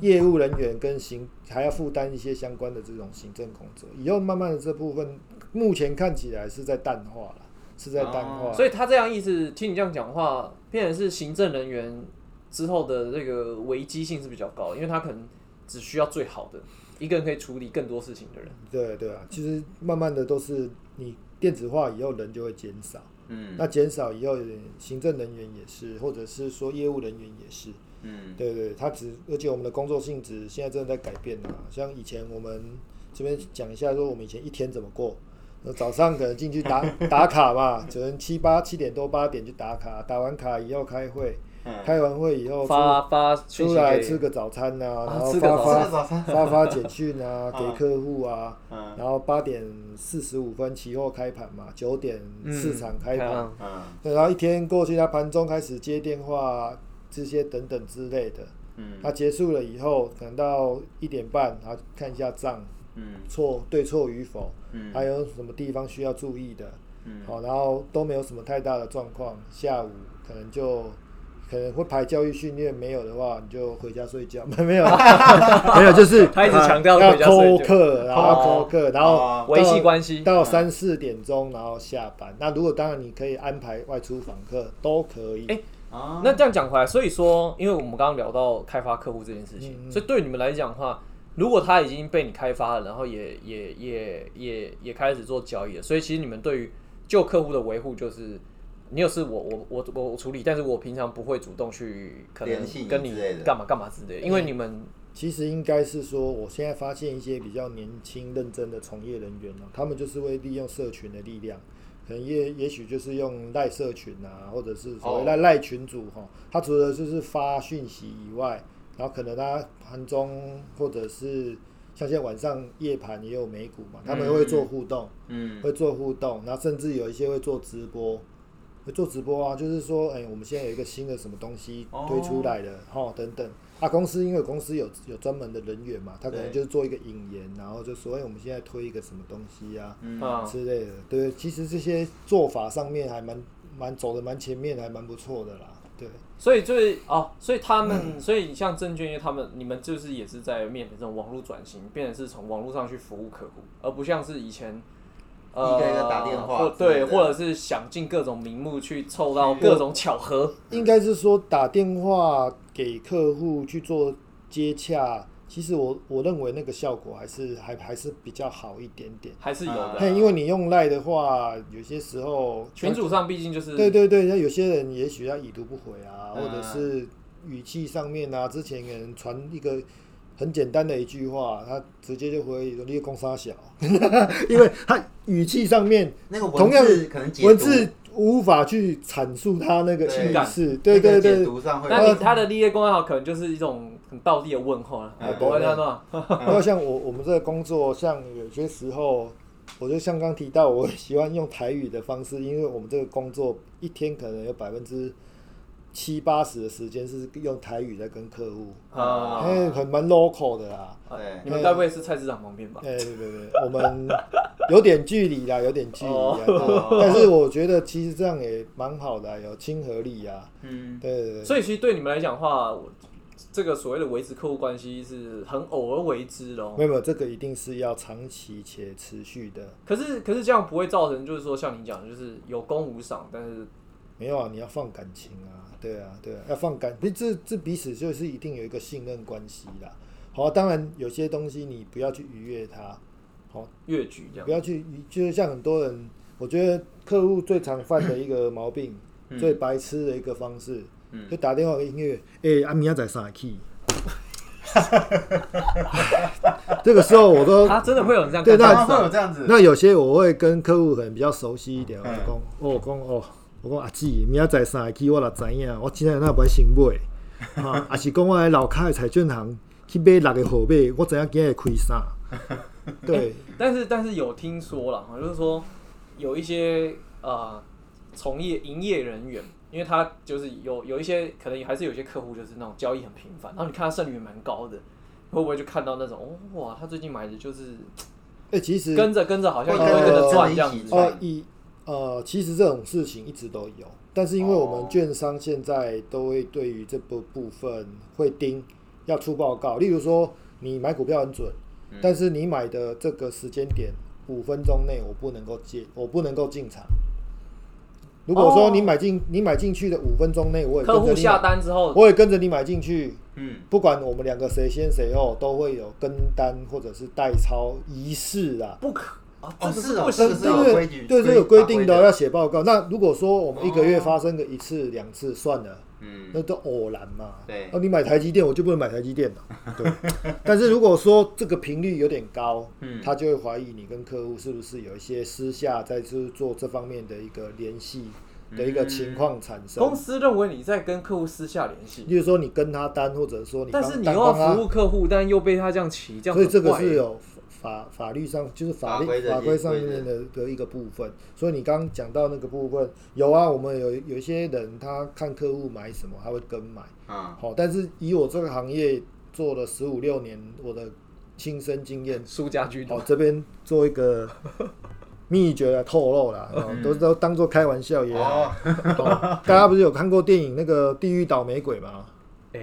Speaker 3: 业务人员跟行还要负担一些相关的这种行政工作。以后慢慢的这部分，目前看起来是在淡化了，是在淡化。
Speaker 1: 哦所以他这样意思，听你这样讲话，变成是行政人员之后的这个危机性是比较高的，因为他可能只需要最好的一个人可以处理更多事情的人。
Speaker 3: 对对啊，其实慢慢的都是你电子化以后人就会减少，
Speaker 2: 嗯
Speaker 3: 那减少以后行政人员也是，或者是说业务人员也是，
Speaker 2: 嗯
Speaker 3: 对对，他只而且我们的工作性质现在真的在改变了嘛，像以前我们这边讲一下说我们以前一天怎么过。呃早上可能进去打打卡嘛，可能七八七点多八点去打卡，打完卡以后开会，
Speaker 2: 嗯，
Speaker 3: 开完会以后出
Speaker 1: 发发讯
Speaker 3: 哦出
Speaker 1: 息
Speaker 3: 来
Speaker 1: 给
Speaker 3: 吃个早餐呐、
Speaker 1: 啊
Speaker 3: 然后
Speaker 1: 吃个
Speaker 3: 发
Speaker 1: 早餐
Speaker 2: 吃个早
Speaker 3: 发发发简讯啊，
Speaker 2: 啊
Speaker 3: 给客户啊，
Speaker 2: 嗯
Speaker 3: 然后八点四十五分期货开盘嘛，九点
Speaker 1: 嗯
Speaker 3: 市场开盘，
Speaker 1: 啊
Speaker 2: 嗯
Speaker 3: 对，然后一天过去，他盘中开始接电话这些等等之类的，
Speaker 2: 嗯
Speaker 3: 他结束了以后，可能到一点半，他看一下账
Speaker 2: 嗯
Speaker 3: 错对错与否，
Speaker 2: 嗯
Speaker 3: 还有什么地方需要注意的，
Speaker 2: 嗯
Speaker 3: 好，然后都没有什么太大的状况，下午可能就可能会排教育训练，没有的话你就回家睡觉， 没有啦，没有，就是
Speaker 1: 他一直
Speaker 3: 啊
Speaker 1: 强调
Speaker 3: 要
Speaker 1: 回家睡
Speaker 3: 扣
Speaker 1: 觉
Speaker 3: 课，然后要
Speaker 1: 哦
Speaker 3: 扣课，然后
Speaker 2: 哦
Speaker 1: 维系
Speaker 3: 到
Speaker 1: 关系嗯
Speaker 3: 到三四点钟，然后下班。那如果当然你可以安排外出访客都可以，
Speaker 1: 哎
Speaker 2: 啊
Speaker 1: 那这样讲回来，所以说，因为我们刚刚聊到开发客户这件事情，
Speaker 3: 嗯嗯
Speaker 1: 所以对你们来讲的话，如果他已经被你开发了，然后也也也也也开始做交易了，所以其实你们对于旧客户的维护就是。你有事我我我我我处理，但是我平常不会主动去可能
Speaker 2: 联系你
Speaker 1: 跟你
Speaker 2: 之类的
Speaker 1: 干嘛干嘛之类的，因为你们
Speaker 3: 其实应该是说，我现在发现一些比较年轻、认真的从业人员哦、他们就是会利用社群的力量，可能也也许就是用赖社群啊，或者是所谓
Speaker 2: 哦
Speaker 3: 赖赖群主哈、他除了就是发讯息以外，然后可能他盘中或者是像现在晚上夜盘也有美股嘛，他们会做互动，
Speaker 2: 嗯
Speaker 3: 会做互动，然后甚至有一些会做直播，会做直播啊，就是说，哎、我们现在有一个新的什么东西
Speaker 2: 哦
Speaker 3: 推出来了，哈、等等。啊，公司因为公司有有专门的人员嘛，他可能
Speaker 2: 对
Speaker 3: 就是做一个引言，然后就说，哎、我们现在推一个什么东西啊、
Speaker 2: 嗯
Speaker 1: 啊，
Speaker 3: 之类的。对，其实这些做法上面还蛮蛮走的蛮前面，还蛮不错的啦。
Speaker 2: 嗯
Speaker 3: 对，
Speaker 1: 所以就是哦，所以他们，所以像证券业他们，你们就是也是在面临这种网络转型，变成是从网络上去服务客户，而不像是以前。呃，
Speaker 2: 一个一个打电话
Speaker 1: 或
Speaker 2: 之类
Speaker 1: 对，
Speaker 2: 的
Speaker 1: 或者是想尽各种名目去凑到各种巧合，
Speaker 3: 应该是说打电话给客户去做接洽，其实我我认为那个效果还是还还是比较好一点点。
Speaker 1: 还是有的。
Speaker 2: 啊
Speaker 3: 嘿，因为你用赖的话，有些时候
Speaker 1: 群主上毕竟就是
Speaker 3: 对对对，那有些人也许他已读不回啊，
Speaker 2: 嗯
Speaker 3: 或者是语气上面啊，之前有人传一个很简单的一句话，他直接就回说你公杀小， 因为他语气上面
Speaker 2: 那个
Speaker 3: 同
Speaker 2: 文
Speaker 3: 样
Speaker 2: 字可能解读
Speaker 3: 文字无法去阐述他那个
Speaker 2: 对
Speaker 3: 意思，对对
Speaker 2: 那个解
Speaker 3: 对。
Speaker 2: 读上会
Speaker 1: 那你他的立业公号可能就是一种很道地的问候了，
Speaker 2: 嗯
Speaker 1: 不会那种
Speaker 3: 然后像我我们这个工作，像有些时候，我就像刚提到，我 喜欢用台语的方式，因为我们这个工作一天可能有百分之七八十的时间是用台语在跟客户，
Speaker 1: 啊
Speaker 3: 因。为很蛮 local 的啦。
Speaker 2: 对
Speaker 1: 你们该不会是菜市场旁边吧？
Speaker 3: 哎，对对对，我们有点距离啦，有点距离啊。
Speaker 2: 哦
Speaker 3: 但是我觉得其实这样也蛮好的啊、有亲和力啊。
Speaker 2: 嗯
Speaker 3: 对对对，
Speaker 1: 所以其实对你们来讲的话，我这个所谓的维持客户关系是很偶而为之哦咯。
Speaker 3: 没有没有，这个一定是要长期且持续的。
Speaker 1: 可是可是这样不会造成，就是说像你讲的，就是有功无赏，但是
Speaker 3: 没有啊，你要放感情啊，对啊，对啊，要放感，这这这彼此就是一定有一个信任关系啦。好、当然有些东西你不要去逾越它，好、
Speaker 1: 越矩这样
Speaker 3: 不。要去逾，就是像很多人，我觉得客户最常犯的一个毛病，最白痴的一个方式，
Speaker 2: 嗯
Speaker 3: 就打电话给音乐，哎、啊，明仔载啥去？ 这个时候我都
Speaker 1: 啊，真的会有人这样
Speaker 3: 对
Speaker 1: 干吗？
Speaker 3: 那
Speaker 2: 常常会有这样子，
Speaker 3: 那有些我会跟客户可能比较熟悉一点，我讲，哦，我讲哦，我讲阿姊，明仔载三个去我啦知影，我今仔那不爱先买， 啊，也是讲我来楼骹的彩券行去买六个号码，我知影今日会开啥。对，
Speaker 1: 但是但是有听说了，就是说有一些呃从业营业人员，因为他就是有有一些可能还是有些客户就是那种交易很频繁，然后你看他胜率蛮高的，会不会就看到那种哦哇，他最近买的就是
Speaker 3: 哎、其实
Speaker 1: 跟着跟着好像
Speaker 2: 会
Speaker 1: 也会
Speaker 3: 看到
Speaker 1: 跟着
Speaker 3: 跟
Speaker 1: 赚
Speaker 2: 着
Speaker 1: 这样
Speaker 2: 一起
Speaker 1: 子，
Speaker 2: 赚
Speaker 3: 呃，以呃，其实这种事情一直都有，但是因为我
Speaker 2: 哦
Speaker 3: 们券商现在都会对于这部部分会盯，要出报告。例如说，你买股票很准，
Speaker 2: 嗯
Speaker 3: 但是你买的这个时间点五分钟内我不能够进，我不能够进场。如果说
Speaker 1: 哦
Speaker 3: 你买进、你买进去的五分钟内，我也
Speaker 1: 客
Speaker 3: 跟着
Speaker 1: 户
Speaker 3: 你
Speaker 1: 下
Speaker 3: 买，
Speaker 1: 单之后，
Speaker 3: 我也跟着你买进去，
Speaker 2: 嗯，
Speaker 3: 不管我们两个谁先谁后，都会有跟单或者是代抄仪式啊。
Speaker 1: 不可啊，这
Speaker 2: 哦
Speaker 1: 个
Speaker 2: 是哦
Speaker 1: 不
Speaker 2: 这
Speaker 1: 行
Speaker 2: 个是
Speaker 1: 的
Speaker 2: 有规矩
Speaker 3: 对对，这
Speaker 2: 规
Speaker 3: 有规
Speaker 2: 法
Speaker 3: 定
Speaker 2: 规
Speaker 3: 的
Speaker 2: 的
Speaker 3: 要写报告。那如果说我们一个月
Speaker 2: 哦
Speaker 3: 发生个一次两次算了，
Speaker 2: 嗯
Speaker 3: 那都偶然嘛。
Speaker 2: 对
Speaker 3: 哦，你买台积电，我就不能买台积电 了。对，但是如果说这个频率有点高，
Speaker 2: 嗯
Speaker 3: 他就会怀疑你跟客户是不是有一些私下在就是做这方面的一个联系的
Speaker 2: 嗯
Speaker 3: 一个情况产生。
Speaker 1: 公司认为你在跟客户私下联系，
Speaker 3: 例如说你跟他单，或者说你
Speaker 1: 但
Speaker 3: 帮
Speaker 1: 是你
Speaker 3: 单
Speaker 1: 又要
Speaker 3: 帮他
Speaker 1: 服务客户，但又被他这样骑，这样
Speaker 3: 啊所以
Speaker 1: 很
Speaker 3: 这个
Speaker 1: 怪
Speaker 3: 是
Speaker 1: 欸
Speaker 3: 有法法律上就是法律
Speaker 2: 法规的
Speaker 3: 法规上
Speaker 2: 规
Speaker 3: 面的的一个部分。所以你刚刚讲到那个部分，有啊，我们有有一些人他看客户买什么，他会跟买。
Speaker 2: 啊，
Speaker 3: 好，但是以我这个行业做了十五六年，我的亲身经验，
Speaker 1: 输家居多
Speaker 3: 好，这边做一个秘诀的透露啦，哦都都当做开玩笑也好。
Speaker 2: 嗯哦
Speaker 3: 好大家不是有看过电影那个《地狱倒霉鬼》吗？
Speaker 1: 哎，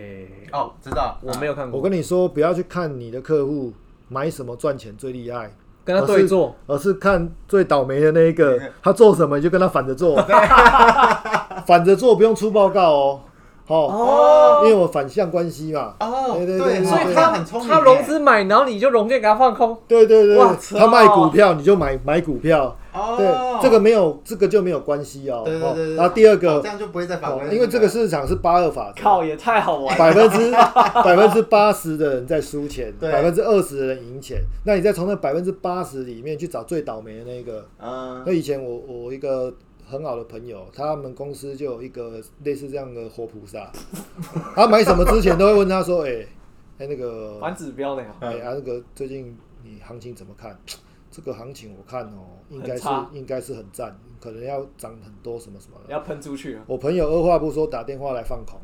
Speaker 2: 哦，知道，
Speaker 1: 我没有看
Speaker 3: 我
Speaker 1: 过，
Speaker 3: 跟你说，不要去看你的客户买什么赚钱最厉害。
Speaker 1: 跟他对坐，
Speaker 3: 而是看最倒霉的那一个，他做什么你就跟他反 着做， 反着做不用出报告哦，好、
Speaker 1: 哦
Speaker 3: 因为我反向关系嘛，
Speaker 2: 哦，
Speaker 3: 对对对
Speaker 2: 对，
Speaker 3: 对
Speaker 2: 所
Speaker 3: 对
Speaker 2: 以他很聪明耶，
Speaker 1: 他融资买，然后你就融券给他放空，
Speaker 3: 对对对
Speaker 1: 哇，
Speaker 3: 他卖股票你就买买股票，
Speaker 2: 哦
Speaker 3: 对，，这个没有这个就没有关系哦，
Speaker 2: 对对对对
Speaker 3: 哦
Speaker 2: 对
Speaker 3: 然后第二
Speaker 2: 哦
Speaker 3: 个
Speaker 2: 这，样就不会再反
Speaker 3: 哦
Speaker 2: 悔了，
Speaker 3: 因为这个市场是八二法则，
Speaker 1: 靠也太好 玩了，
Speaker 3: 百分之百分之八十的人在输钱，
Speaker 2: 对
Speaker 3: 百分之二十的人赢钱，那你再从那百分之八十里面去找最倒霉的那一个，
Speaker 2: 嗯
Speaker 3: 那以前我我一个很好的朋友，他们公司就有一个类似这样的活菩萨， 他买什么之前都会问他说：“哎、哎、那个，
Speaker 1: 反指标的呀，
Speaker 3: 哎、啊那个最近你行情怎么看？这个行情我看哦，应该
Speaker 1: 很
Speaker 3: 是
Speaker 1: 差
Speaker 3: 应该是很赞，可能要涨很多什么什么的。
Speaker 1: 要喷出去了”，
Speaker 3: 我朋友二话不说打电话来放空，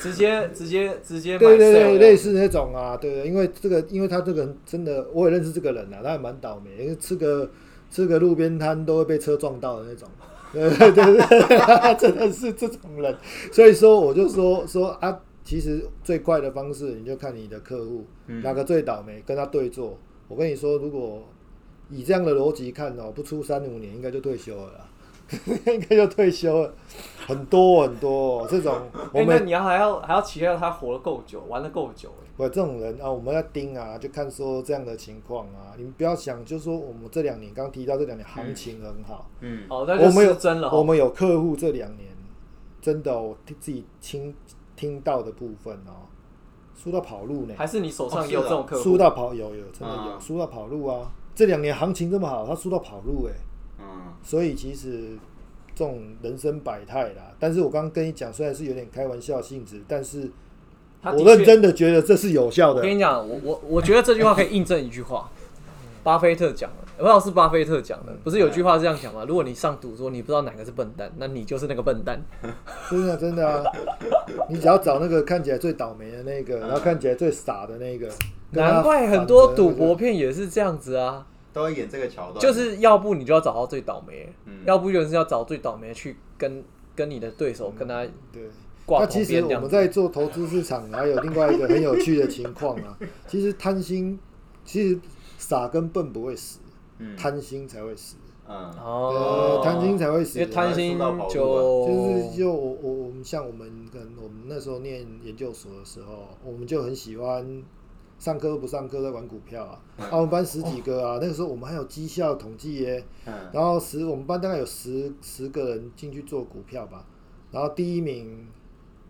Speaker 1: 直接直接直接买
Speaker 3: 对对
Speaker 1: sale
Speaker 3: 对，类似那种啊，对对，因为这个，因为他这个人真的，我也认识这个人啊，他也蛮倒霉，因为吃个吃个路边摊都会被车撞到的那种， 对对对对， 真的是这种人，所以说我就说说啊，其实最快的方式，你就看你的客户、
Speaker 1: 嗯
Speaker 3: 哪个最倒霉，跟他对坐。我跟你说，如果以这样的逻辑看哦，不出三五年应该就退休了啦。 应该就退休了，很多很多、哦这种，我
Speaker 1: 哎，
Speaker 3: 们
Speaker 1: 那你要还要还要期待他活得够久，玩得够久，哎
Speaker 3: 我这种人啊，我们要盯啊，就看说这样的情况啊，你们不要想，就是说我们这两年刚提到这两年行情很好，
Speaker 2: 嗯，
Speaker 1: 哦，那
Speaker 3: 我
Speaker 1: 就
Speaker 3: 们
Speaker 1: 失
Speaker 3: 有
Speaker 1: 真了哦，
Speaker 3: 我们有客户这两年真的哦、我自己听听到的部分哦，输到跑路呢，
Speaker 1: 还是你手上也有这种客户，
Speaker 3: 哦啊输到跑有有真的
Speaker 2: 啊
Speaker 3: 有输、到跑路啊，这两年行情这么好，他输到跑路哎、
Speaker 2: 嗯，
Speaker 3: 所以其实这种人生百态啦，但是我刚刚跟你讲，虽然是有点开玩笑性质，但是
Speaker 1: 他的
Speaker 3: 我
Speaker 1: 确
Speaker 3: 认真的觉得这是有效
Speaker 1: 我
Speaker 3: 的。
Speaker 1: 跟你讲，我我我觉得这句话可以印证一句话，巴菲特讲的，我不知道是巴菲特讲的，不是有句话这样讲吗？如果你上赌桌，你不知道哪个是笨蛋，那你就是那个笨蛋。
Speaker 3: 真的真的啊！你只要找那个看起来最倒霉的那个， 然后看起来最傻的那个，跟他
Speaker 1: 难怪很多
Speaker 3: 反着
Speaker 1: 赌
Speaker 3: 那个
Speaker 1: 博片也是这样子啊，
Speaker 2: 都会演这个桥段，
Speaker 1: 就是要不你就要找到最倒霉，
Speaker 2: 嗯
Speaker 1: 要不就是要找最倒霉的去跟跟你的对手跟他
Speaker 3: 对。
Speaker 1: 挂
Speaker 3: 那
Speaker 1: 旁
Speaker 3: 其实
Speaker 1: 边这
Speaker 3: 我
Speaker 1: 样
Speaker 3: 们
Speaker 1: 子。
Speaker 3: 在做投资市场，还有另外一个很有趣的情况 啊。其实贪心，其实傻跟笨不会死，
Speaker 2: 嗯
Speaker 3: 贪心才会死。
Speaker 2: 嗯
Speaker 1: 哦
Speaker 3: 呃，，贪心才会死
Speaker 1: 因为。贪心就
Speaker 3: 啊就是就我我我们像我们可能我们那时候念研究所的时候，我们就很喜欢上课不上课在玩股票啊。啊，我们班十几个啊，那个时候我们还有绩效统计耶。
Speaker 2: 嗯
Speaker 3: 然后十我们班大概有十十个人进去做股票吧，然后第一名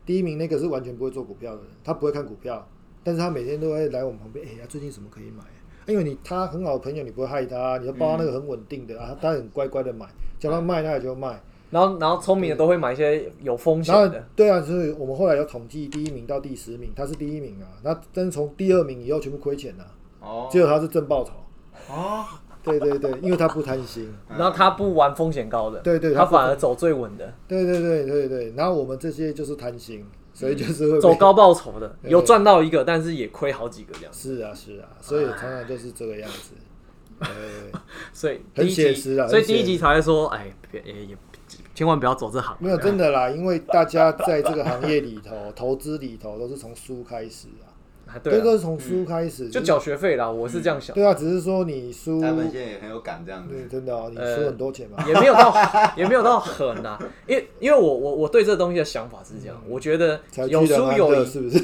Speaker 3: 第一名那个是完全不会做股票的人，他不会看股票，但是他每天都会来我们旁边，哎、呀，最近什么可以买？因为你他很好的朋友，你不会害他，啊你就帮他那个很稳定的、啊，他很乖乖的买，叫他卖他也就卖。
Speaker 1: 然后然后聪明的都会买一些有风险
Speaker 3: 然后
Speaker 1: 的，
Speaker 3: 对啊，所以我们后来有统计第一名到第十名，他是第一名啊，那但是从第二名以后全部亏钱了、
Speaker 2: 哦
Speaker 3: 只有他是正报酬。
Speaker 2: 哦，
Speaker 3: 对对对，因为他不贪心，
Speaker 1: 然后他不玩风险高的，
Speaker 3: 对对
Speaker 1: 他
Speaker 3: 他不
Speaker 1: 反而走最稳的，
Speaker 3: 对对对对对，然后我们这些就是贪心，所以就是会被
Speaker 1: 走高报酬的，
Speaker 3: 对
Speaker 1: 有赚到一个，但是也亏好几个这样。
Speaker 3: 是啊是啊，所以常常就是这个样子。对，
Speaker 1: 所以第
Speaker 3: 很
Speaker 1: 一
Speaker 3: 写
Speaker 1: 集，
Speaker 3: 实啊
Speaker 1: 所以
Speaker 3: 很写
Speaker 1: 第一集
Speaker 3: 实
Speaker 1: 才会说，哎，别也也千万不要走这行。啊
Speaker 3: 没有真的啦，因为大家在这个行业里头，投资里头都是从书开始啊，
Speaker 1: 啊
Speaker 3: 对，
Speaker 1: 对
Speaker 3: 都
Speaker 1: 啊，
Speaker 3: 是从书开始，
Speaker 1: 就是缴学费啦，我是这样想，
Speaker 3: 对啊，只是说你书，
Speaker 2: 他们现在也很有感这样子。
Speaker 3: 对，真的哦，你
Speaker 1: 呃
Speaker 3: 输很多钱嘛，
Speaker 1: 也没有到也没有到狠啊，因为因为我我我对这东西的想法是这样，我觉得
Speaker 3: 嗯才
Speaker 1: 有
Speaker 3: 居然
Speaker 1: 输
Speaker 3: 安
Speaker 1: 有
Speaker 3: 乐
Speaker 1: 赢，
Speaker 3: 啊是不是？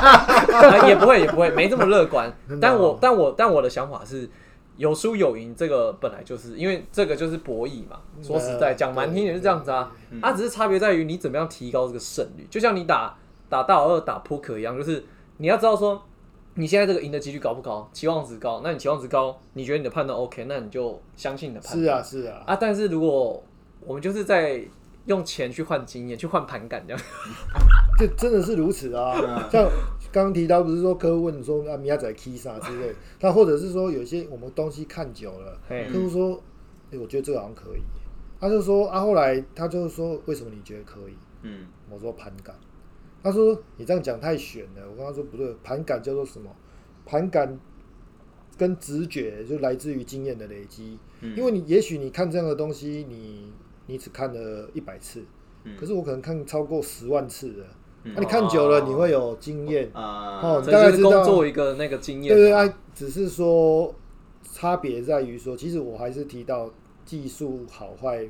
Speaker 1: 呃也不会也不会没这么乐观
Speaker 3: 真，的
Speaker 1: 但
Speaker 3: 哦
Speaker 1: 我但我但我的想法是。有输有赢，这个本来就是因为这个就是博弈嘛。说实在，
Speaker 3: 呃
Speaker 1: 讲难听点
Speaker 3: 对
Speaker 1: 是这样子啊，它、只是差别在于你怎么样提高这个胜率。就像你打打大老二、打扑克一样，就是你要知道说你现在这个赢的几率高不高，期望值高，那你期望值高，你觉得你的判断 OK，那你就相信你的判断。
Speaker 3: 是啊是啊，
Speaker 1: 啊，但是如果我们就是在用钱去换经验，去换盘感这样，
Speaker 3: 这真的是如此
Speaker 1: 嗯
Speaker 3: 啊。像刚刚提到，不是说客户问你说啊，米亚仔 K 啥之类，那或者是说有一些我们东西看久了，
Speaker 1: 嘿
Speaker 3: 客户说，哎，我觉得这个好像可以，他就说啊，后来他就说，为什么你觉得可以？
Speaker 2: 嗯，
Speaker 3: 我说盘感，他说你这样讲太悬了。我跟他说不对，盘感叫做什么？盘感跟直觉就来自于经验的累积。
Speaker 2: 嗯
Speaker 3: 因为你也许你看这样的东西，你你只看了一百次，
Speaker 2: 嗯
Speaker 3: 可是我可能看超过十万次了。那、
Speaker 2: 嗯
Speaker 3: 你看久了，
Speaker 1: 哦
Speaker 3: 你会有经验。
Speaker 2: 啊
Speaker 3: 哦，
Speaker 1: 这
Speaker 3: 大概
Speaker 1: 就是
Speaker 3: 知道
Speaker 1: 工作一个那个经验
Speaker 3: 对
Speaker 1: 嘛。
Speaker 3: 对啊，只是说差别在于说，其实我还是提到技术好坏，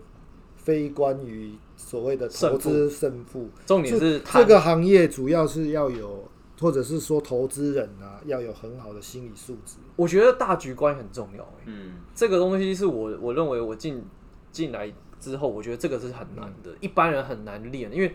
Speaker 3: 非关于所谓的投资胜负。
Speaker 1: 重点是
Speaker 3: 这
Speaker 1: 他
Speaker 3: 这个行业主要是要有，或者是说投资人啊，要有很好的心理素质。
Speaker 1: 我觉得大局观很重要、欸。
Speaker 2: 嗯
Speaker 1: 这个东西是我我认为我进进来之后，我觉得这个是很难的，
Speaker 3: 嗯
Speaker 1: 一般人很难练，因为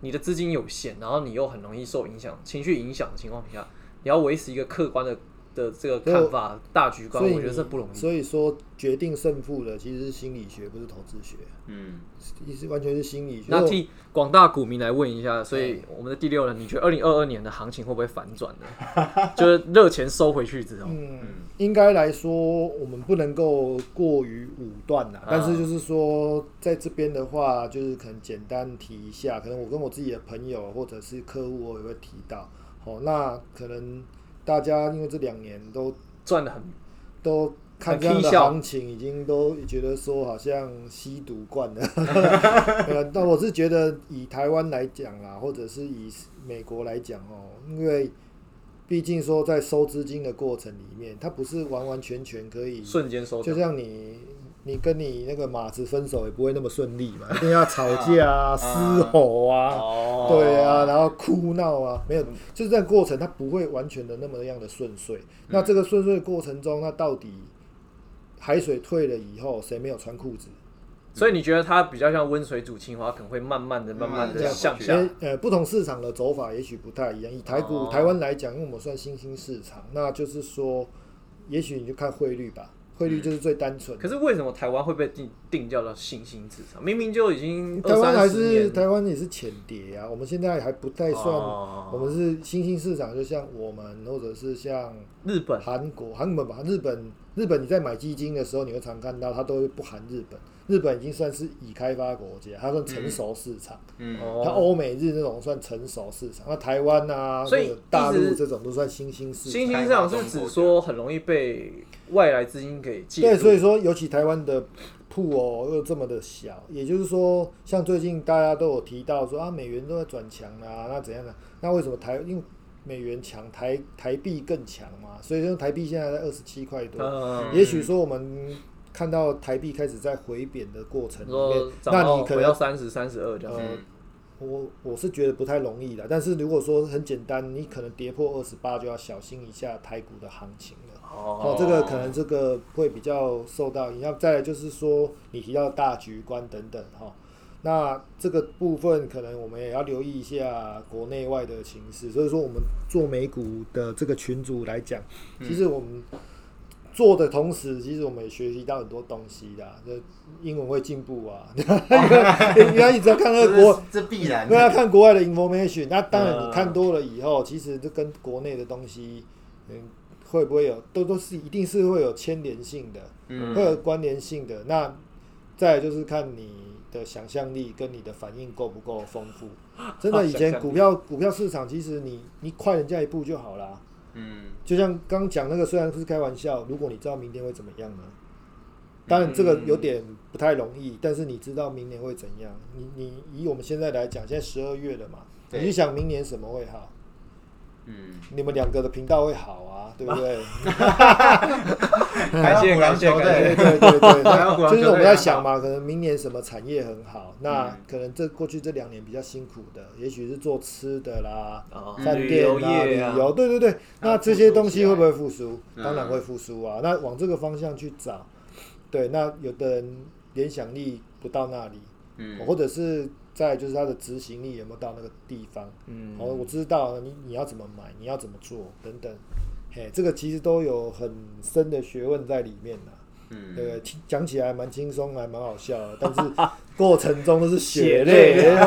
Speaker 1: 你的资金有限，然后你又很容易受影响、情绪影响的情况下，你要维持一个客观的的这个看法、大局观，
Speaker 3: 所以
Speaker 1: 啊我觉得这不容
Speaker 3: 你
Speaker 1: 易。
Speaker 3: 所以说，决定胜负的其实是心理学，不是投资学，
Speaker 2: 嗯，
Speaker 3: 是是完全是心理学。
Speaker 1: 那替广大股民来问一下，所以我们的第六人，你觉得二零二二年的行情会不会反转呢？ 就是热钱收回去之后，
Speaker 3: 嗯，应该来说，我们不能够过于武断啦。
Speaker 1: 啊
Speaker 3: 但是就是说，在这边的话，就是可能简单提一下，可能我跟我自己的朋友或者是客户，我也会提到。好、那可能大家因为这两年都
Speaker 1: 赚的很
Speaker 3: 嗯都看这样的行情，已经都觉得说好像吸毒惯了。 呃，但我是觉得以台湾来讲啦，或者是以美国来讲哦，因为毕竟说在收资金的过程里面，它不是完完全全可以，
Speaker 1: 瞬间收掉
Speaker 3: 就。像你。你跟你那个马子分手也不会那么顺利嘛，一定要吵架啊、嘶吼啊，
Speaker 2: 어.
Speaker 1: 哦
Speaker 3: 对啊，然后哭闹啊，没有，就是这个过程它不会完全的那么样的顺遂。
Speaker 1: 嗯
Speaker 3: 那这个顺遂的过程中，那到底海水退了以后，谁没有穿裤子？
Speaker 1: 所以你觉得它比较像温水煮青蛙，可能会慢慢的、慢
Speaker 2: 慢慢
Speaker 1: 慢
Speaker 3: 嗯
Speaker 2: 地
Speaker 1: 的向
Speaker 2: 这
Speaker 1: 下
Speaker 2: 样
Speaker 3: 因为。呃，不同市场的走法也许不太一样。以台股、
Speaker 1: 哦
Speaker 3: 台湾来讲，因为我们算新兴市场，那就是说，也许你就看汇率吧，汇率就是最单纯的。
Speaker 1: 可是为什么台湾会被定定调到新兴市场？明明就已经
Speaker 3: 嗯台湾还
Speaker 1: 20-30
Speaker 3: 是
Speaker 1: 年
Speaker 3: 台湾也是浅碟啊，我们现在还不太算，
Speaker 1: 哦
Speaker 3: 我们是新兴市场，就像我们或者是像
Speaker 1: 日本
Speaker 3: 韩国、韩国吧，日本、日本，你在买基金的时候，你会常看到它都会不含日本。日本已经算是已开发国家，它算成熟市场。
Speaker 2: 嗯
Speaker 3: 它
Speaker 1: 哦，
Speaker 3: 欧美日那种算成熟市场，那台湾啊，
Speaker 1: 所以
Speaker 3: 那个大
Speaker 1: 一
Speaker 3: 陆
Speaker 1: 直
Speaker 3: 这种都算新兴市场。
Speaker 1: 新兴市场是指说很容易被外来资金给介
Speaker 3: 对，
Speaker 1: 入。
Speaker 3: 所以说尤其台湾的铺哦又这么的小，也就是说，像最近大家都有提到说啊，美元都在转强啊，那怎样的？那为什么台因为美元强，台台币更强嘛？所以说台币现在在二十七块多，
Speaker 1: 嗯，
Speaker 3: 也许说我们看到台币开始在回贬的过程
Speaker 1: 你
Speaker 3: 里
Speaker 1: 说
Speaker 3: 面，
Speaker 1: 涨
Speaker 3: 那
Speaker 1: 到
Speaker 3: 你可
Speaker 1: 回到
Speaker 3: 能
Speaker 1: 三十、三十二这样子。
Speaker 3: 呃，
Speaker 2: 음.
Speaker 3: 我我是觉得不太容易的。但是如果说很简单，你可能跌破二十八就要小心一下台股的行情了。哦，这
Speaker 2: 어.
Speaker 3: 个可能这个会比较受到影响。再来就是说，你提到大局观等等哈、哦，那这个部分可能我们也要留意一下国内外的情势。所以说，我们做美股的这个群组来讲，其实我们做的同时，其实我们也学习到很多东西啦，就英文会进步啊。 因为你要一直要看那个国，
Speaker 2: 这必然
Speaker 1: 呃
Speaker 3: 对啊，看国外的 information，那当然
Speaker 1: 嗯
Speaker 3: 你看多了以后，其实就跟国内的东西嗯，会不会有都都是一定是会有牵连性的，
Speaker 2: 嗯
Speaker 3: 会有关联性的。那再来就是看你的想象力跟你的反应够不够丰富。真的，以
Speaker 1: 哦想象
Speaker 3: 前
Speaker 1: 力
Speaker 3: 股票股票市场其实你你快人家一步就好啦。
Speaker 2: 嗯，
Speaker 3: 就像刚讲那个，虽然是开玩笑，如果你知道明天会怎么样呢？当然这个有点不太容易，但是你知道明年会怎样？你你以我们现在来讲，现在十二月了嘛，
Speaker 2: 对
Speaker 3: 你去想明年什么会好？
Speaker 2: 嗯，
Speaker 3: 你们两个的频道会 好啊，对不对？
Speaker 2: 还
Speaker 1: 感谢
Speaker 2: 有虎狼球
Speaker 1: 感谢
Speaker 3: 对
Speaker 2: 队，
Speaker 3: 对对对，
Speaker 2: 还有
Speaker 3: 那
Speaker 2: 股 票
Speaker 3: 就是我
Speaker 2: 交
Speaker 3: 们
Speaker 2: 易
Speaker 3: 在
Speaker 2: 很
Speaker 3: 想
Speaker 2: 好
Speaker 3: 嘛，可能明年什么产业很好，那
Speaker 2: 嗯
Speaker 3: 可能这过去这两年比较辛苦的，也许是做吃的啦、
Speaker 1: 哦
Speaker 3: 饭
Speaker 1: 旅
Speaker 3: 店
Speaker 1: 游
Speaker 3: 啊、旅
Speaker 1: 业啊
Speaker 3: 游，对对对，那这些东西会不会复苏？
Speaker 2: 嗯
Speaker 3: 当然会复苏啊，那往这个方向去找，对，那有的人联想力不到那里，哦
Speaker 2: 嗯，
Speaker 3: 或者是在就是他的执行力有没有到那个地方？
Speaker 1: 嗯
Speaker 3: 哦，我知道了你你要怎么买，你要怎么做等等，嘿，这个其实都有很深的学问在里面呐、
Speaker 2: 嗯，
Speaker 3: 对不对？听讲起来蛮轻松，还蛮好笑的，但是过程中都是
Speaker 1: 血
Speaker 3: 血
Speaker 1: 泪
Speaker 3: 泪，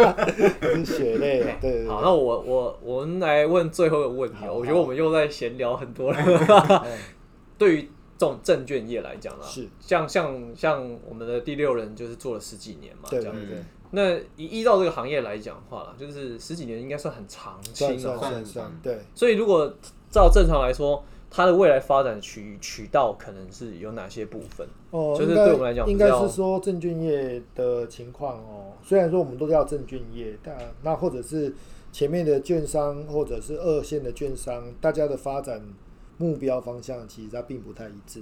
Speaker 3: 都是血泪，啊对对对。
Speaker 1: 好，那我我我们来问最后一个问题哦，
Speaker 3: 好
Speaker 1: 我觉得我们又在闲聊很多了。 对于这种证券业来讲啊，
Speaker 3: 是
Speaker 1: 像像像我们的第六人就是做了十几年嘛，这
Speaker 3: 对
Speaker 1: 样
Speaker 3: 对。对，
Speaker 2: 嗯
Speaker 1: 那依依照这个行业来讲的话啦，就是十几年应该算很长
Speaker 3: 算
Speaker 1: 期
Speaker 3: 算
Speaker 1: 了。
Speaker 3: 算
Speaker 2: 算
Speaker 3: 算，对，
Speaker 1: 所以如果照正常来说，它的未来发展渠渠道可能是有哪些部分？
Speaker 3: 哦，
Speaker 1: 就是
Speaker 3: 应该
Speaker 1: 对我们来讲
Speaker 3: 应该
Speaker 1: 比较
Speaker 3: 是说证券业的情况哦。虽然说我们都叫证券业，但那或者是前面的券商或者是二线的券商，大家的发展目标方向其实它并不太一致。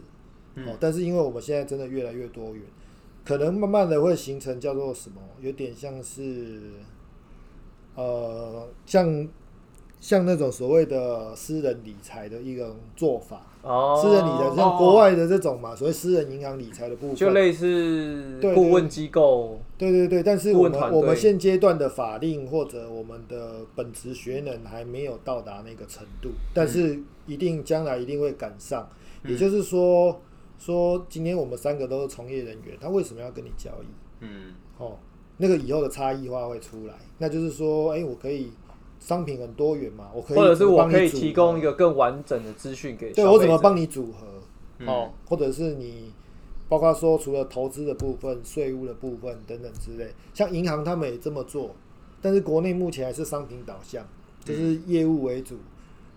Speaker 3: 哦，但是因为我们现在真的越来越多元，可能慢慢的会形成叫做什么，有点像是，呃，像像那种所谓的私人理财的一种做法。
Speaker 1: 哦
Speaker 3: 私人理财，像国外的这种嘛，所谓私人银行理财的部分，
Speaker 1: 就类似
Speaker 3: 对对
Speaker 1: 顾问机构，
Speaker 3: 对对对，但是
Speaker 1: 顾
Speaker 3: 我
Speaker 1: 问
Speaker 3: 们
Speaker 1: 团队
Speaker 3: 我们现阶段的法令或者我们的本职学能还没有到达那个程度，
Speaker 1: 嗯
Speaker 3: 但是一定将来一定会赶上。也就是说，说今天我们三个都是从业人员，他为什么要跟你交易？
Speaker 2: 嗯
Speaker 3: 哦，那个以后的差异化会出来，那就是说，哎、我可以商品很多元嘛，我可以
Speaker 1: 或者是我
Speaker 3: 帮你
Speaker 1: 可以
Speaker 3: 组
Speaker 1: 提
Speaker 3: 合
Speaker 1: 供一个更完整的资讯给
Speaker 3: 对
Speaker 1: 消
Speaker 3: 我
Speaker 1: 费
Speaker 3: 怎么
Speaker 1: 者
Speaker 3: 帮你组合，
Speaker 2: 嗯
Speaker 3: 哦，或者是你包括说除了投资的部分、税务的部分等等之类，像银行他们也这么做，但是国内目前还是商品导向，就是业务为主。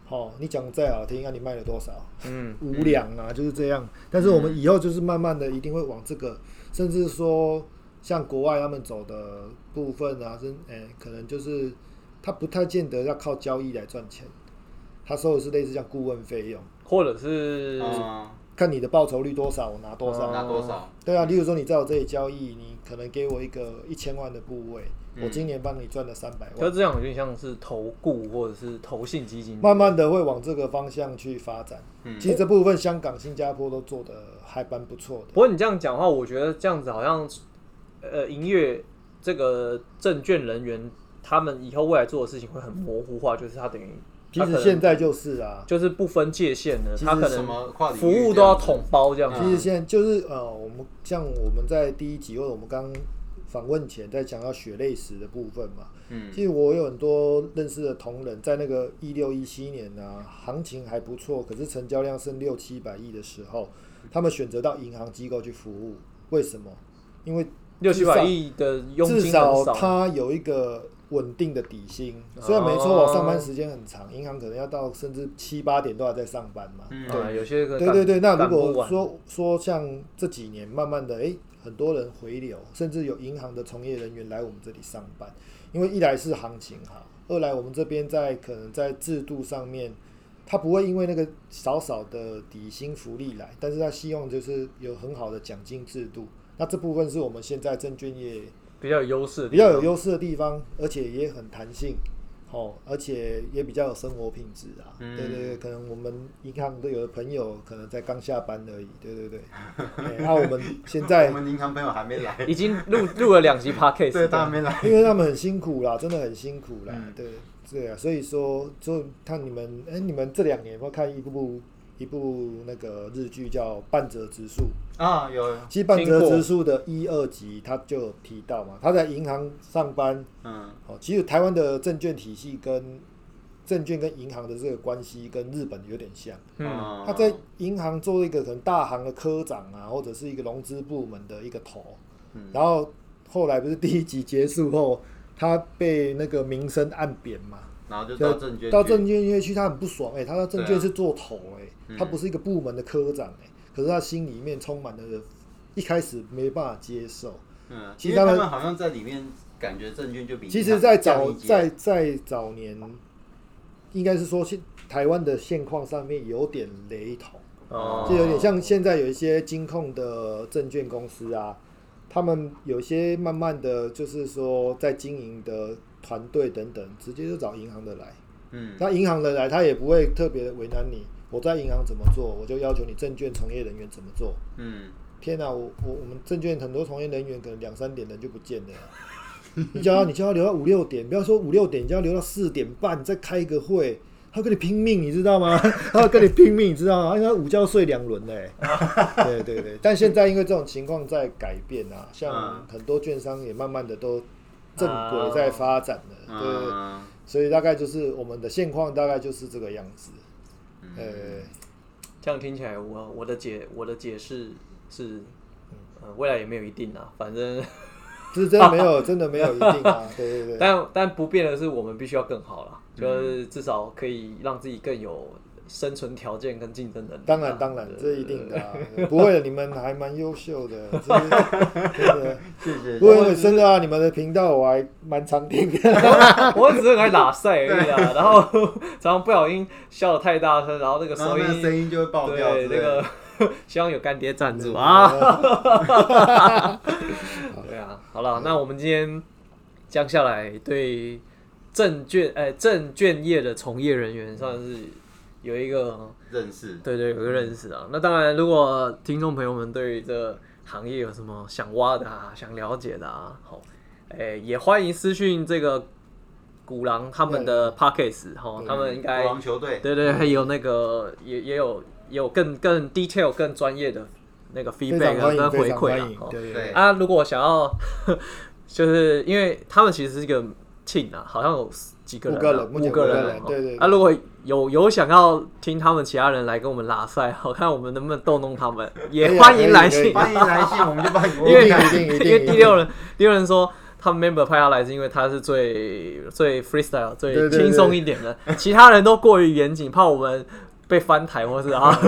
Speaker 3: 哦，你讲得再好听，那、你卖了多少？
Speaker 1: 嗯，
Speaker 3: 无良啊，就是这样。但是我们以后就是慢慢的，一定会往这个，甚至说像国外他们走的部分啊，是诶、可能就是他不太见得要靠交易来赚钱，他收的是类似像顾问费用，
Speaker 1: 或者是
Speaker 2: 嗯，
Speaker 3: 看你的报酬率多少，我拿多少。
Speaker 2: 拿多少？
Speaker 3: 对啊，例如说你在我这里交易，你可能给我一个一千万的部位，
Speaker 2: 嗯
Speaker 3: 我今年帮你赚了三百
Speaker 1: 可
Speaker 3: 万
Speaker 1: 是，这样有点像是投顾或者是投信基金，
Speaker 3: 慢慢的会往这个方向去发展。
Speaker 2: 嗯
Speaker 3: 其实这部分香港、新加坡都做的还蛮不错的。
Speaker 1: 不过你这样讲的话，我觉得这样子好像，呃，营业这个证券人员他们以后未来做的事情会很模糊化，就是他等于
Speaker 2: 嗯
Speaker 3: 其
Speaker 1: 他可
Speaker 3: 实
Speaker 1: 能
Speaker 3: 现在就是啊，
Speaker 1: 就是不分界限的，
Speaker 3: 其实
Speaker 1: 他可
Speaker 2: 什
Speaker 1: 能
Speaker 2: 么跨领域
Speaker 1: 服务都要统包这
Speaker 2: 嗯
Speaker 1: 样子。
Speaker 3: 其实现在就是呃，我们像我们在第一集或者我们刚访问前在讲到血泪史的部分嘛，
Speaker 2: 嗯
Speaker 3: 其实我有很多认识的同仁，在那个一六一七年啊，行情还不错，可是成交量剩六七百亿的时候，他们选择到银行机构去服务，为什么？因为
Speaker 1: 六七百
Speaker 3: 至少
Speaker 1: 亿的佣金
Speaker 3: 至
Speaker 1: 很
Speaker 3: 少
Speaker 1: 少，
Speaker 3: 他有一个稳定的底薪，虽然没错，
Speaker 1: 哦
Speaker 3: 我上班时间很长，银行可能要到甚至七八点都还在上班嘛，
Speaker 2: 嗯
Speaker 1: 啊，有些可能
Speaker 3: 对对对，那
Speaker 1: 赶
Speaker 3: 如
Speaker 1: 赶不
Speaker 3: 果
Speaker 1: 完
Speaker 3: 说说像这几年慢慢的，诶，很多人回流，甚至有银行的从业人员来我们这里上班，因为一来是行情好，二来我们这边在可能在制度上面，他不会因为那个少少的底薪福利来，但是他希望就是有很好的奖金制度。那这部分是我们现在证券业
Speaker 1: 比较有优势的地方，
Speaker 3: 比较有优势的地方，而且也很弹性，哦，而且也比较有生活品质啊。
Speaker 2: 嗯
Speaker 3: 对对对，可能我们银行都有的朋友可能才刚下班而已，对对对。 哎那、我们现在
Speaker 2: 我，们银行朋友还没来，
Speaker 1: 已经录录 了两集 podcast，
Speaker 2: 对，他还没来，
Speaker 3: 因为他们很辛苦啦，真的很辛苦啦，
Speaker 2: 嗯
Speaker 3: 对对啊，所以说就看你们，哎、你们这两年有没有看一部一部那个日剧叫《半泽直树》？
Speaker 2: 啊，有，
Speaker 3: 其实《半泽直树》的一二集他就有提到嘛，他在银行上班。
Speaker 2: 嗯
Speaker 3: 哦，其实台湾的证券体系跟证券跟银行的这个关系跟日本有点像。
Speaker 1: 嗯
Speaker 2: 哦
Speaker 3: 他在银行做一个可能大行的科长啊，或者是一个融资部门的一个头，
Speaker 2: 嗯
Speaker 3: 然后后来不是第一集结束后，他被那个民生暗扁嘛，
Speaker 2: 然后就到证券
Speaker 3: 到
Speaker 2: 去
Speaker 3: 证券业去，他很不爽哎、他到证
Speaker 2: 对
Speaker 3: 券
Speaker 2: 啊
Speaker 3: 是做头哎、
Speaker 2: 嗯
Speaker 3: 他不是一个部门的科长哎、可是他心里面充满了一开始没办法接受，
Speaker 2: 嗯，
Speaker 3: 其
Speaker 2: 因
Speaker 3: 实
Speaker 2: 为他
Speaker 3: 他们
Speaker 2: 们好像在里面感觉证券就比
Speaker 3: 其实，在
Speaker 2: 降
Speaker 3: 早
Speaker 2: 一阶
Speaker 3: 在在早年，应该是说现台湾的现况上面有点雷同。
Speaker 1: 哦
Speaker 3: 就有点像现在有一些金控的证券公司啊，他们有些慢慢的就是说在经营的团队等等，直接就找银行的来。
Speaker 2: 嗯
Speaker 3: 那银行的来，他也不会特别的为难你。我在银行怎么做，我就要求你证券从业人员怎么做。
Speaker 2: 嗯
Speaker 3: 天哪、我我我们证券很多从业人员可能两三点人就不见了啊。你叫他，你叫他留到五六点，不要说五六点，你叫他留到四点半，再开一个会，他跟你拼命，你知道吗？ 他要跟你拼命，你知道吗？因为他午觉睡两轮嘞。对对对，但现在因为这种情况在改变啊，像
Speaker 2: 嗯啊
Speaker 3: 很多券商也慢慢的都正轨在发展了，对对对
Speaker 2: 嗯
Speaker 3: 所以大概就是我们的现况大概就是这个样子。
Speaker 2: 嗯
Speaker 3: 呃、
Speaker 1: 这样听起来我我的解我的解释是，呃，未来也没有一定啊，反正
Speaker 3: 这真的没有，真的没有一定啊，对对对。 嗯
Speaker 1: 但但不变的是，我们必须要更好啦，就是至少可以让自己更有生存条件跟竞争能力啊。
Speaker 3: 当然，当然，
Speaker 1: 对
Speaker 3: 这一定的、啊， 不会的，你们还蛮优秀的，真的，真的。
Speaker 2: 谢谢
Speaker 3: 不过真的啊，你们的频道我还蛮常听的。
Speaker 1: 我只是很爱打赛而已啊啦，然后 常常不小心笑得太大声，然后那个
Speaker 2: 然后
Speaker 1: 收
Speaker 2: 那个
Speaker 1: 音，
Speaker 2: 声音就会爆掉
Speaker 1: 对
Speaker 2: 之类
Speaker 1: 那
Speaker 2: 的
Speaker 1: 个 希望有干爹赞助啊。 对啊，好了，那我们今天这样下来，对证券呃证券业的从业人员算是有一个
Speaker 2: 认识，
Speaker 1: 对对有一个认识啊。那当然，如果听众朋友们对于这行业有什么想挖的啊，想了解的啊，好，哎、也欢迎私讯这个古狼他们的 pockets 哈，他们应该
Speaker 2: 国王球队
Speaker 1: 对对，还有那个也也有也有更更 detail 更专业的那个
Speaker 3: 非常
Speaker 1: feedback 啊
Speaker 3: 欢
Speaker 1: 跟
Speaker 3: 迎，非
Speaker 1: 回
Speaker 3: 常
Speaker 1: 馈
Speaker 3: 欢
Speaker 1: 啦
Speaker 3: 迎，
Speaker 1: 哦
Speaker 3: 对
Speaker 2: 对
Speaker 1: 啊，如果想要， 就是因为他们其实是一个 team 啊，好像有几个人啊、
Speaker 3: 五个人目前
Speaker 1: 五个
Speaker 3: 五
Speaker 1: 人
Speaker 3: 个
Speaker 1: 啊
Speaker 3: 人，对对对
Speaker 1: 啊，如果有有想要听他们其他人来跟我们拉赛，好看我们能不能逗弄他们，
Speaker 3: 可以
Speaker 1: 也
Speaker 3: 啊
Speaker 1: 欢
Speaker 3: 可以
Speaker 1: 迎来
Speaker 3: 可以
Speaker 1: 信。
Speaker 2: 欢迎来信，我们就帮你
Speaker 1: 因为
Speaker 3: 一定一定一定
Speaker 1: 因为第六人，第六人说他们 member 派他来是因为他是最最 freestyle
Speaker 3: 对
Speaker 1: 最
Speaker 3: 对对
Speaker 1: 轻松一点的，其他人都过于严谨，怕我们被翻台或是啊。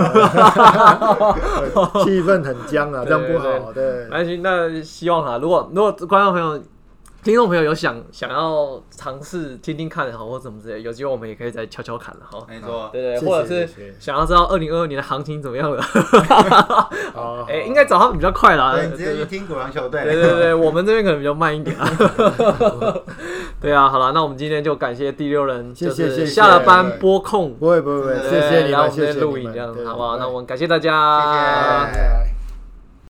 Speaker 3: 对气氛很僵啊，这样不好。对，
Speaker 1: 安心，那希望啊，如果如果观众朋友、听众朋友有想想要尝试听听看好或怎么之类，有机会我们也可以再敲敲看了哈。
Speaker 2: 没错，
Speaker 1: 对对，
Speaker 3: 哎谢谢
Speaker 1: 或者
Speaker 3: 谢
Speaker 1: 是
Speaker 3: 谢
Speaker 1: 想要知道二零二二年的行情怎么样 了，
Speaker 3: 好，
Speaker 1: 哎、应该找他们比较快啦。
Speaker 2: 对，
Speaker 1: 对
Speaker 2: 你直接去听国王球队，
Speaker 1: 对对对，我们这边可能比较慢一点啊。 对啊，好了，那我们今天就感谢第六人，
Speaker 3: 谢
Speaker 1: 就
Speaker 3: 谢谢
Speaker 1: 是
Speaker 3: 谢
Speaker 1: 下了班播控，
Speaker 3: 不会不会不会，谢谢你
Speaker 1: 然后我
Speaker 3: 们，
Speaker 1: 们
Speaker 3: 谢
Speaker 1: 在
Speaker 3: 谢
Speaker 1: 录
Speaker 3: 你
Speaker 1: 影
Speaker 3: 们
Speaker 1: 这样，
Speaker 3: 对
Speaker 1: 好不好？啊
Speaker 3: 拜
Speaker 1: 那我们感谢大家，
Speaker 2: 谢谢
Speaker 3: 拜